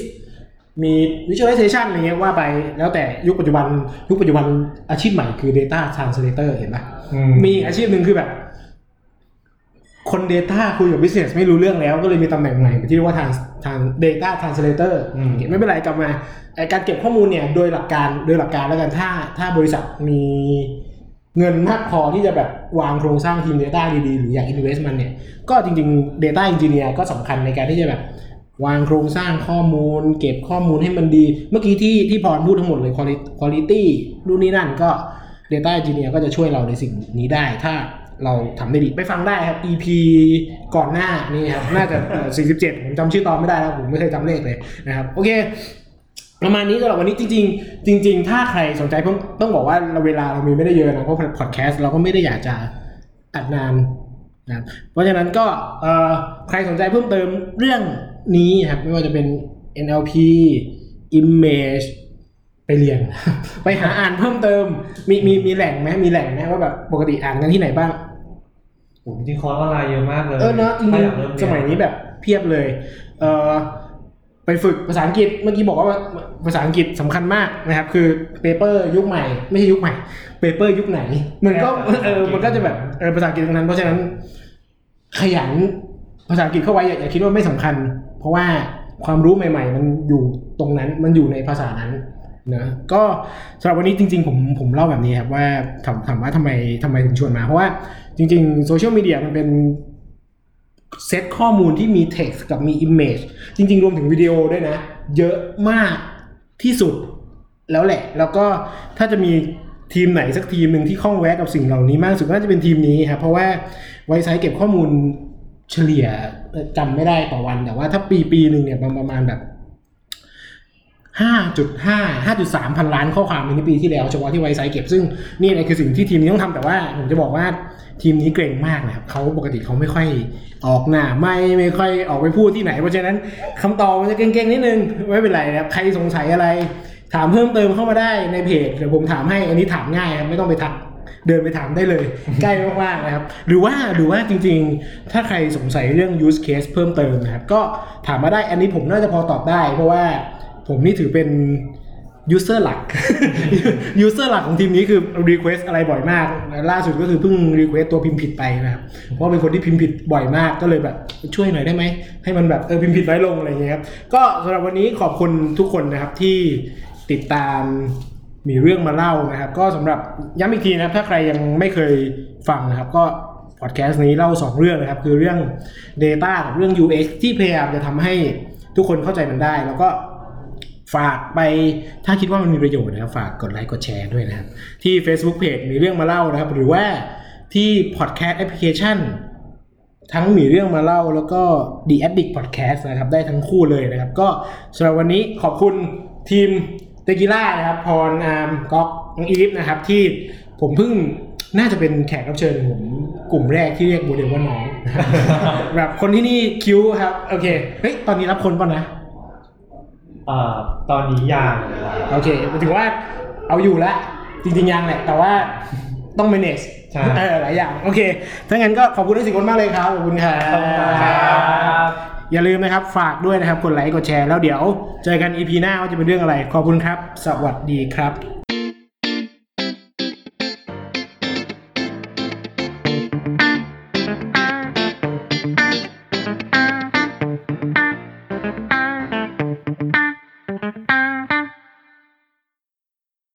มี Visualization อะไรเงี้ยว่าไปแล้วแต่ยุคปัจจุบัน ยุคปัจจุบันอาชีพใหม่คือ Data Translator เห็นปะ
อื
มีอาชีพหนึ่งคือแบบ คน Data คุยกับ Business ไม่รู้เรื่องแล้ว ก็เลยมีตำแหน่งใหม่ที่เรียกว่าทางทาง Data Translator
อืม
โอเคไม่เป็นไรกลับมาไอ้การเก็บข้อมูลเนี่ยโดยหลักการโดยหลักการแล้วกันถ้าถ้าบริษัทมีเงินมากพอที่จะแบบวางโครงสร้างทีม Data ดีๆ หรืออยาก invest มันเนี่ย ก็จริงๆ Data Engineer ก็สำคัญในการที่จะแบบ วางโครงสร้างข้อมูล เก็บข้อมูลให้มันดี เมื่อกี้ที่ที่พรพูดทั้งหมดเลย quality- quality นู่นนี่นั่นก็ Data Engineer ก็จะช่วยเราในสิ่งนี้ได้ ถ้าเราทำได้ดีไปฟังได้ครับ EP ก่อนหน้านี่ครับ น่าจะเอ่อ47 ผมจำชื่อตอนไม่ได้แล้ว ผมไม่เคยจำเลขเลยนะครับ โอเค ประมาณนี้สำหรับวันนี้จริง ๆ จริง ๆ ถ้าใครสนใจต้องต้องบอกว่าเราเวลาเรามีไม่ได้เยอะนะเพราะพอดแคสต์เราก็ไม่ได้อยากจะอัดนานนะครับเพราะฉะนั้นก็เอ่อใครสนใจเพิ่มเติมเรื่องนี้ครับไม่ว่าจะเป็น NLP Image ไปเรียน ไปหาอ่านเพิ่มเติมมีมีมีแหล่งไหมมีแหล่งไหมว่าแบบปกติอ่านกันที่ไหนบ้าง
โอ้โหจริงๆคอร์สออนไลน์เยอะมากเลย
เออเนอะจริ
ถ้าง อยากเริ่เรี
ๆสมัยนี้แบบเพียบเลย เออไปฝึกภาษาอังกฤษเมื่อกี้บอกว่าภาษาอังกฤษสำคัญมากนะครับ คือเปเปอร์ยุคใหม่ ไม่ใช่ยุคใหม่เปเปอร์ยุคไหน มันก็เออมันก็จะแบบเออภาษาอังกฤษตรงนั้น เพราะฉะนั้น ขยันภาษาอังกฤษเข้าไว้อย่าอย่าคิดว่าไม่สำคัญ เพราะว่าความรู้ใหม่ ๆ มันอยู่ตรงนั้นมันอยู่ในภาษานั้นนะก็สำหรับวันนี้จริง ๆ ผมผมเล่าแบบนี้ครับว่าถามถามว่าทำไมทำไมถึงชวนมา เพราะว่าจริงๆโซเชียลมีเดียมันเป็น เซตข้อมูลที่มี text กับมี image จริง ๆ รวมถึงวิดีโอด้วยนะ เยอะมากที่สุดแล้วแหละ แล้วก็ถ้าจะมีทีมไหนสักทีมหนึ่งที่คล่องแวะกับสิ่งเหล่านี้มากที่สุดก็น่าจะเป็นทีมนี้ครับเพราะว่าไวซ์ไซต์เก็บข้อมูลเฉลี่ยเอ่อจำไม่ได้ต่อวัน แต่ว่าถ้าปีปีหนึ่งเนี่ยประมาณแบบ 5.5 5.3 พันล้านข้อความในปีที่แล้วเฉพาะที่ไวซ์ไซต์เก็บซึ่งนี่แหละคือสิ่งที่ทีมนี้ต้องทำแต่ว่า ผมจะบอกว่าทีมนี้เก่งมากนะครับเขาปกติเขาไม่ค่อยออกหน้าไม่ไม่ค่อยออกไปพูดที่ไหน เพราะฉะนั้นคำตอบมันจะเก่งๆนิดนึง ไม่เป็นไรนะครับใครสงสัยอะไร ถามเพิ่มเติมเข้ามาได้ในเพจเดี๋ยวผมถามให้อันนี้ถามง่ายครับไม่ต้องไปทักเดินไปถามได้เลย ใกล้มากๆนะครับ หรือว่าหรือว่าจริงๆ ถ้าใครสงสัยเรื่อง use case เพิ่มเติมนะครับก็ถามมาได้อันนี้ผมน่าจะพอตอบได้ เพราะว่า ผมนี่ถือเป็น ยูเซอร์ หลัก ยูเซอร์หลักของทีมนี้คือรีเควสอะไรบ่อยมาก ล่าสุดก็คือเพิ่งรีเควสตัวพิมพ์ผิดไปนะครับ เพราะเป็นคนที่พิมพ์ผิดบ่อยมากก็เลยแบบช่วยหน่อยได้ไหม ให้มันแบบเออพิมพ์ผิดน้อยลงอะไรอย่างเงี้ยครับ ก็สำหรับวันนี้ขอบคุณทุกคนนะครับที่ติดตามมีเรื่องมาเล่านะครับ ก็สำหรับย้ำอีกทีนะครับ ถ้าใครยังไม่เคยฟังนะครับ ก็พอดแคสต์นี้เล่าสองเรื่องนะครับ คือเรื่อง Data กับเรื่อง UX ที่พยายามจะทำให้ทุกคนเข้าใจมันได้แล้วก็ ฝากไปถ้าคิดว่ามันมีประโยชน์นะครับ ฝากกดไลค์กดแชร์ด้วยนะครับ ที่ Facebook Page มีเรื่องมาเล่านะครับ หรือว่าที่ Podcast Application ทั้งมีเรื่องมาเล่าแล้วก็ The Addict Podcast นะครับ ได้ทั้งคู่เลยนะครับ ก็สำหรับวันนี้ขอบคุณทีมเตกิล่านะครับ พรอามก๊อกน้องอีฟนะครับ ที่ผมเพิ่งน่าจะเป็นแขกรับเชิญผมกลุ่มแรกที่เรียกโมเดลว่าน้อง นะครับ แบบคนที่นี่คิ้วครับโอเคเฮ้ยตอนนี้รับคนป่ะนะ
เอ่อตอนนี้ยัง
โอเคถือว่าเอาอยู่ละจริงๆยังแหละ แต่ว่าต้อง manage
ใช่
เออหลายอย่าง โอเค ถ้างั้นก็ขอบคุณทั้งสี่คนมากเลยครับ ขอบคุณครั
ขอบคุณครับ บ
อย่าลืมนะครับ ฝากด้วยนะครับ กดไลค์ กดแชร์ แล้วเดี๋ยว เจอกัน EP หน้าว่าจะเป็นเรื่องอะไร ขอบคุณครับ สวัสดีครับ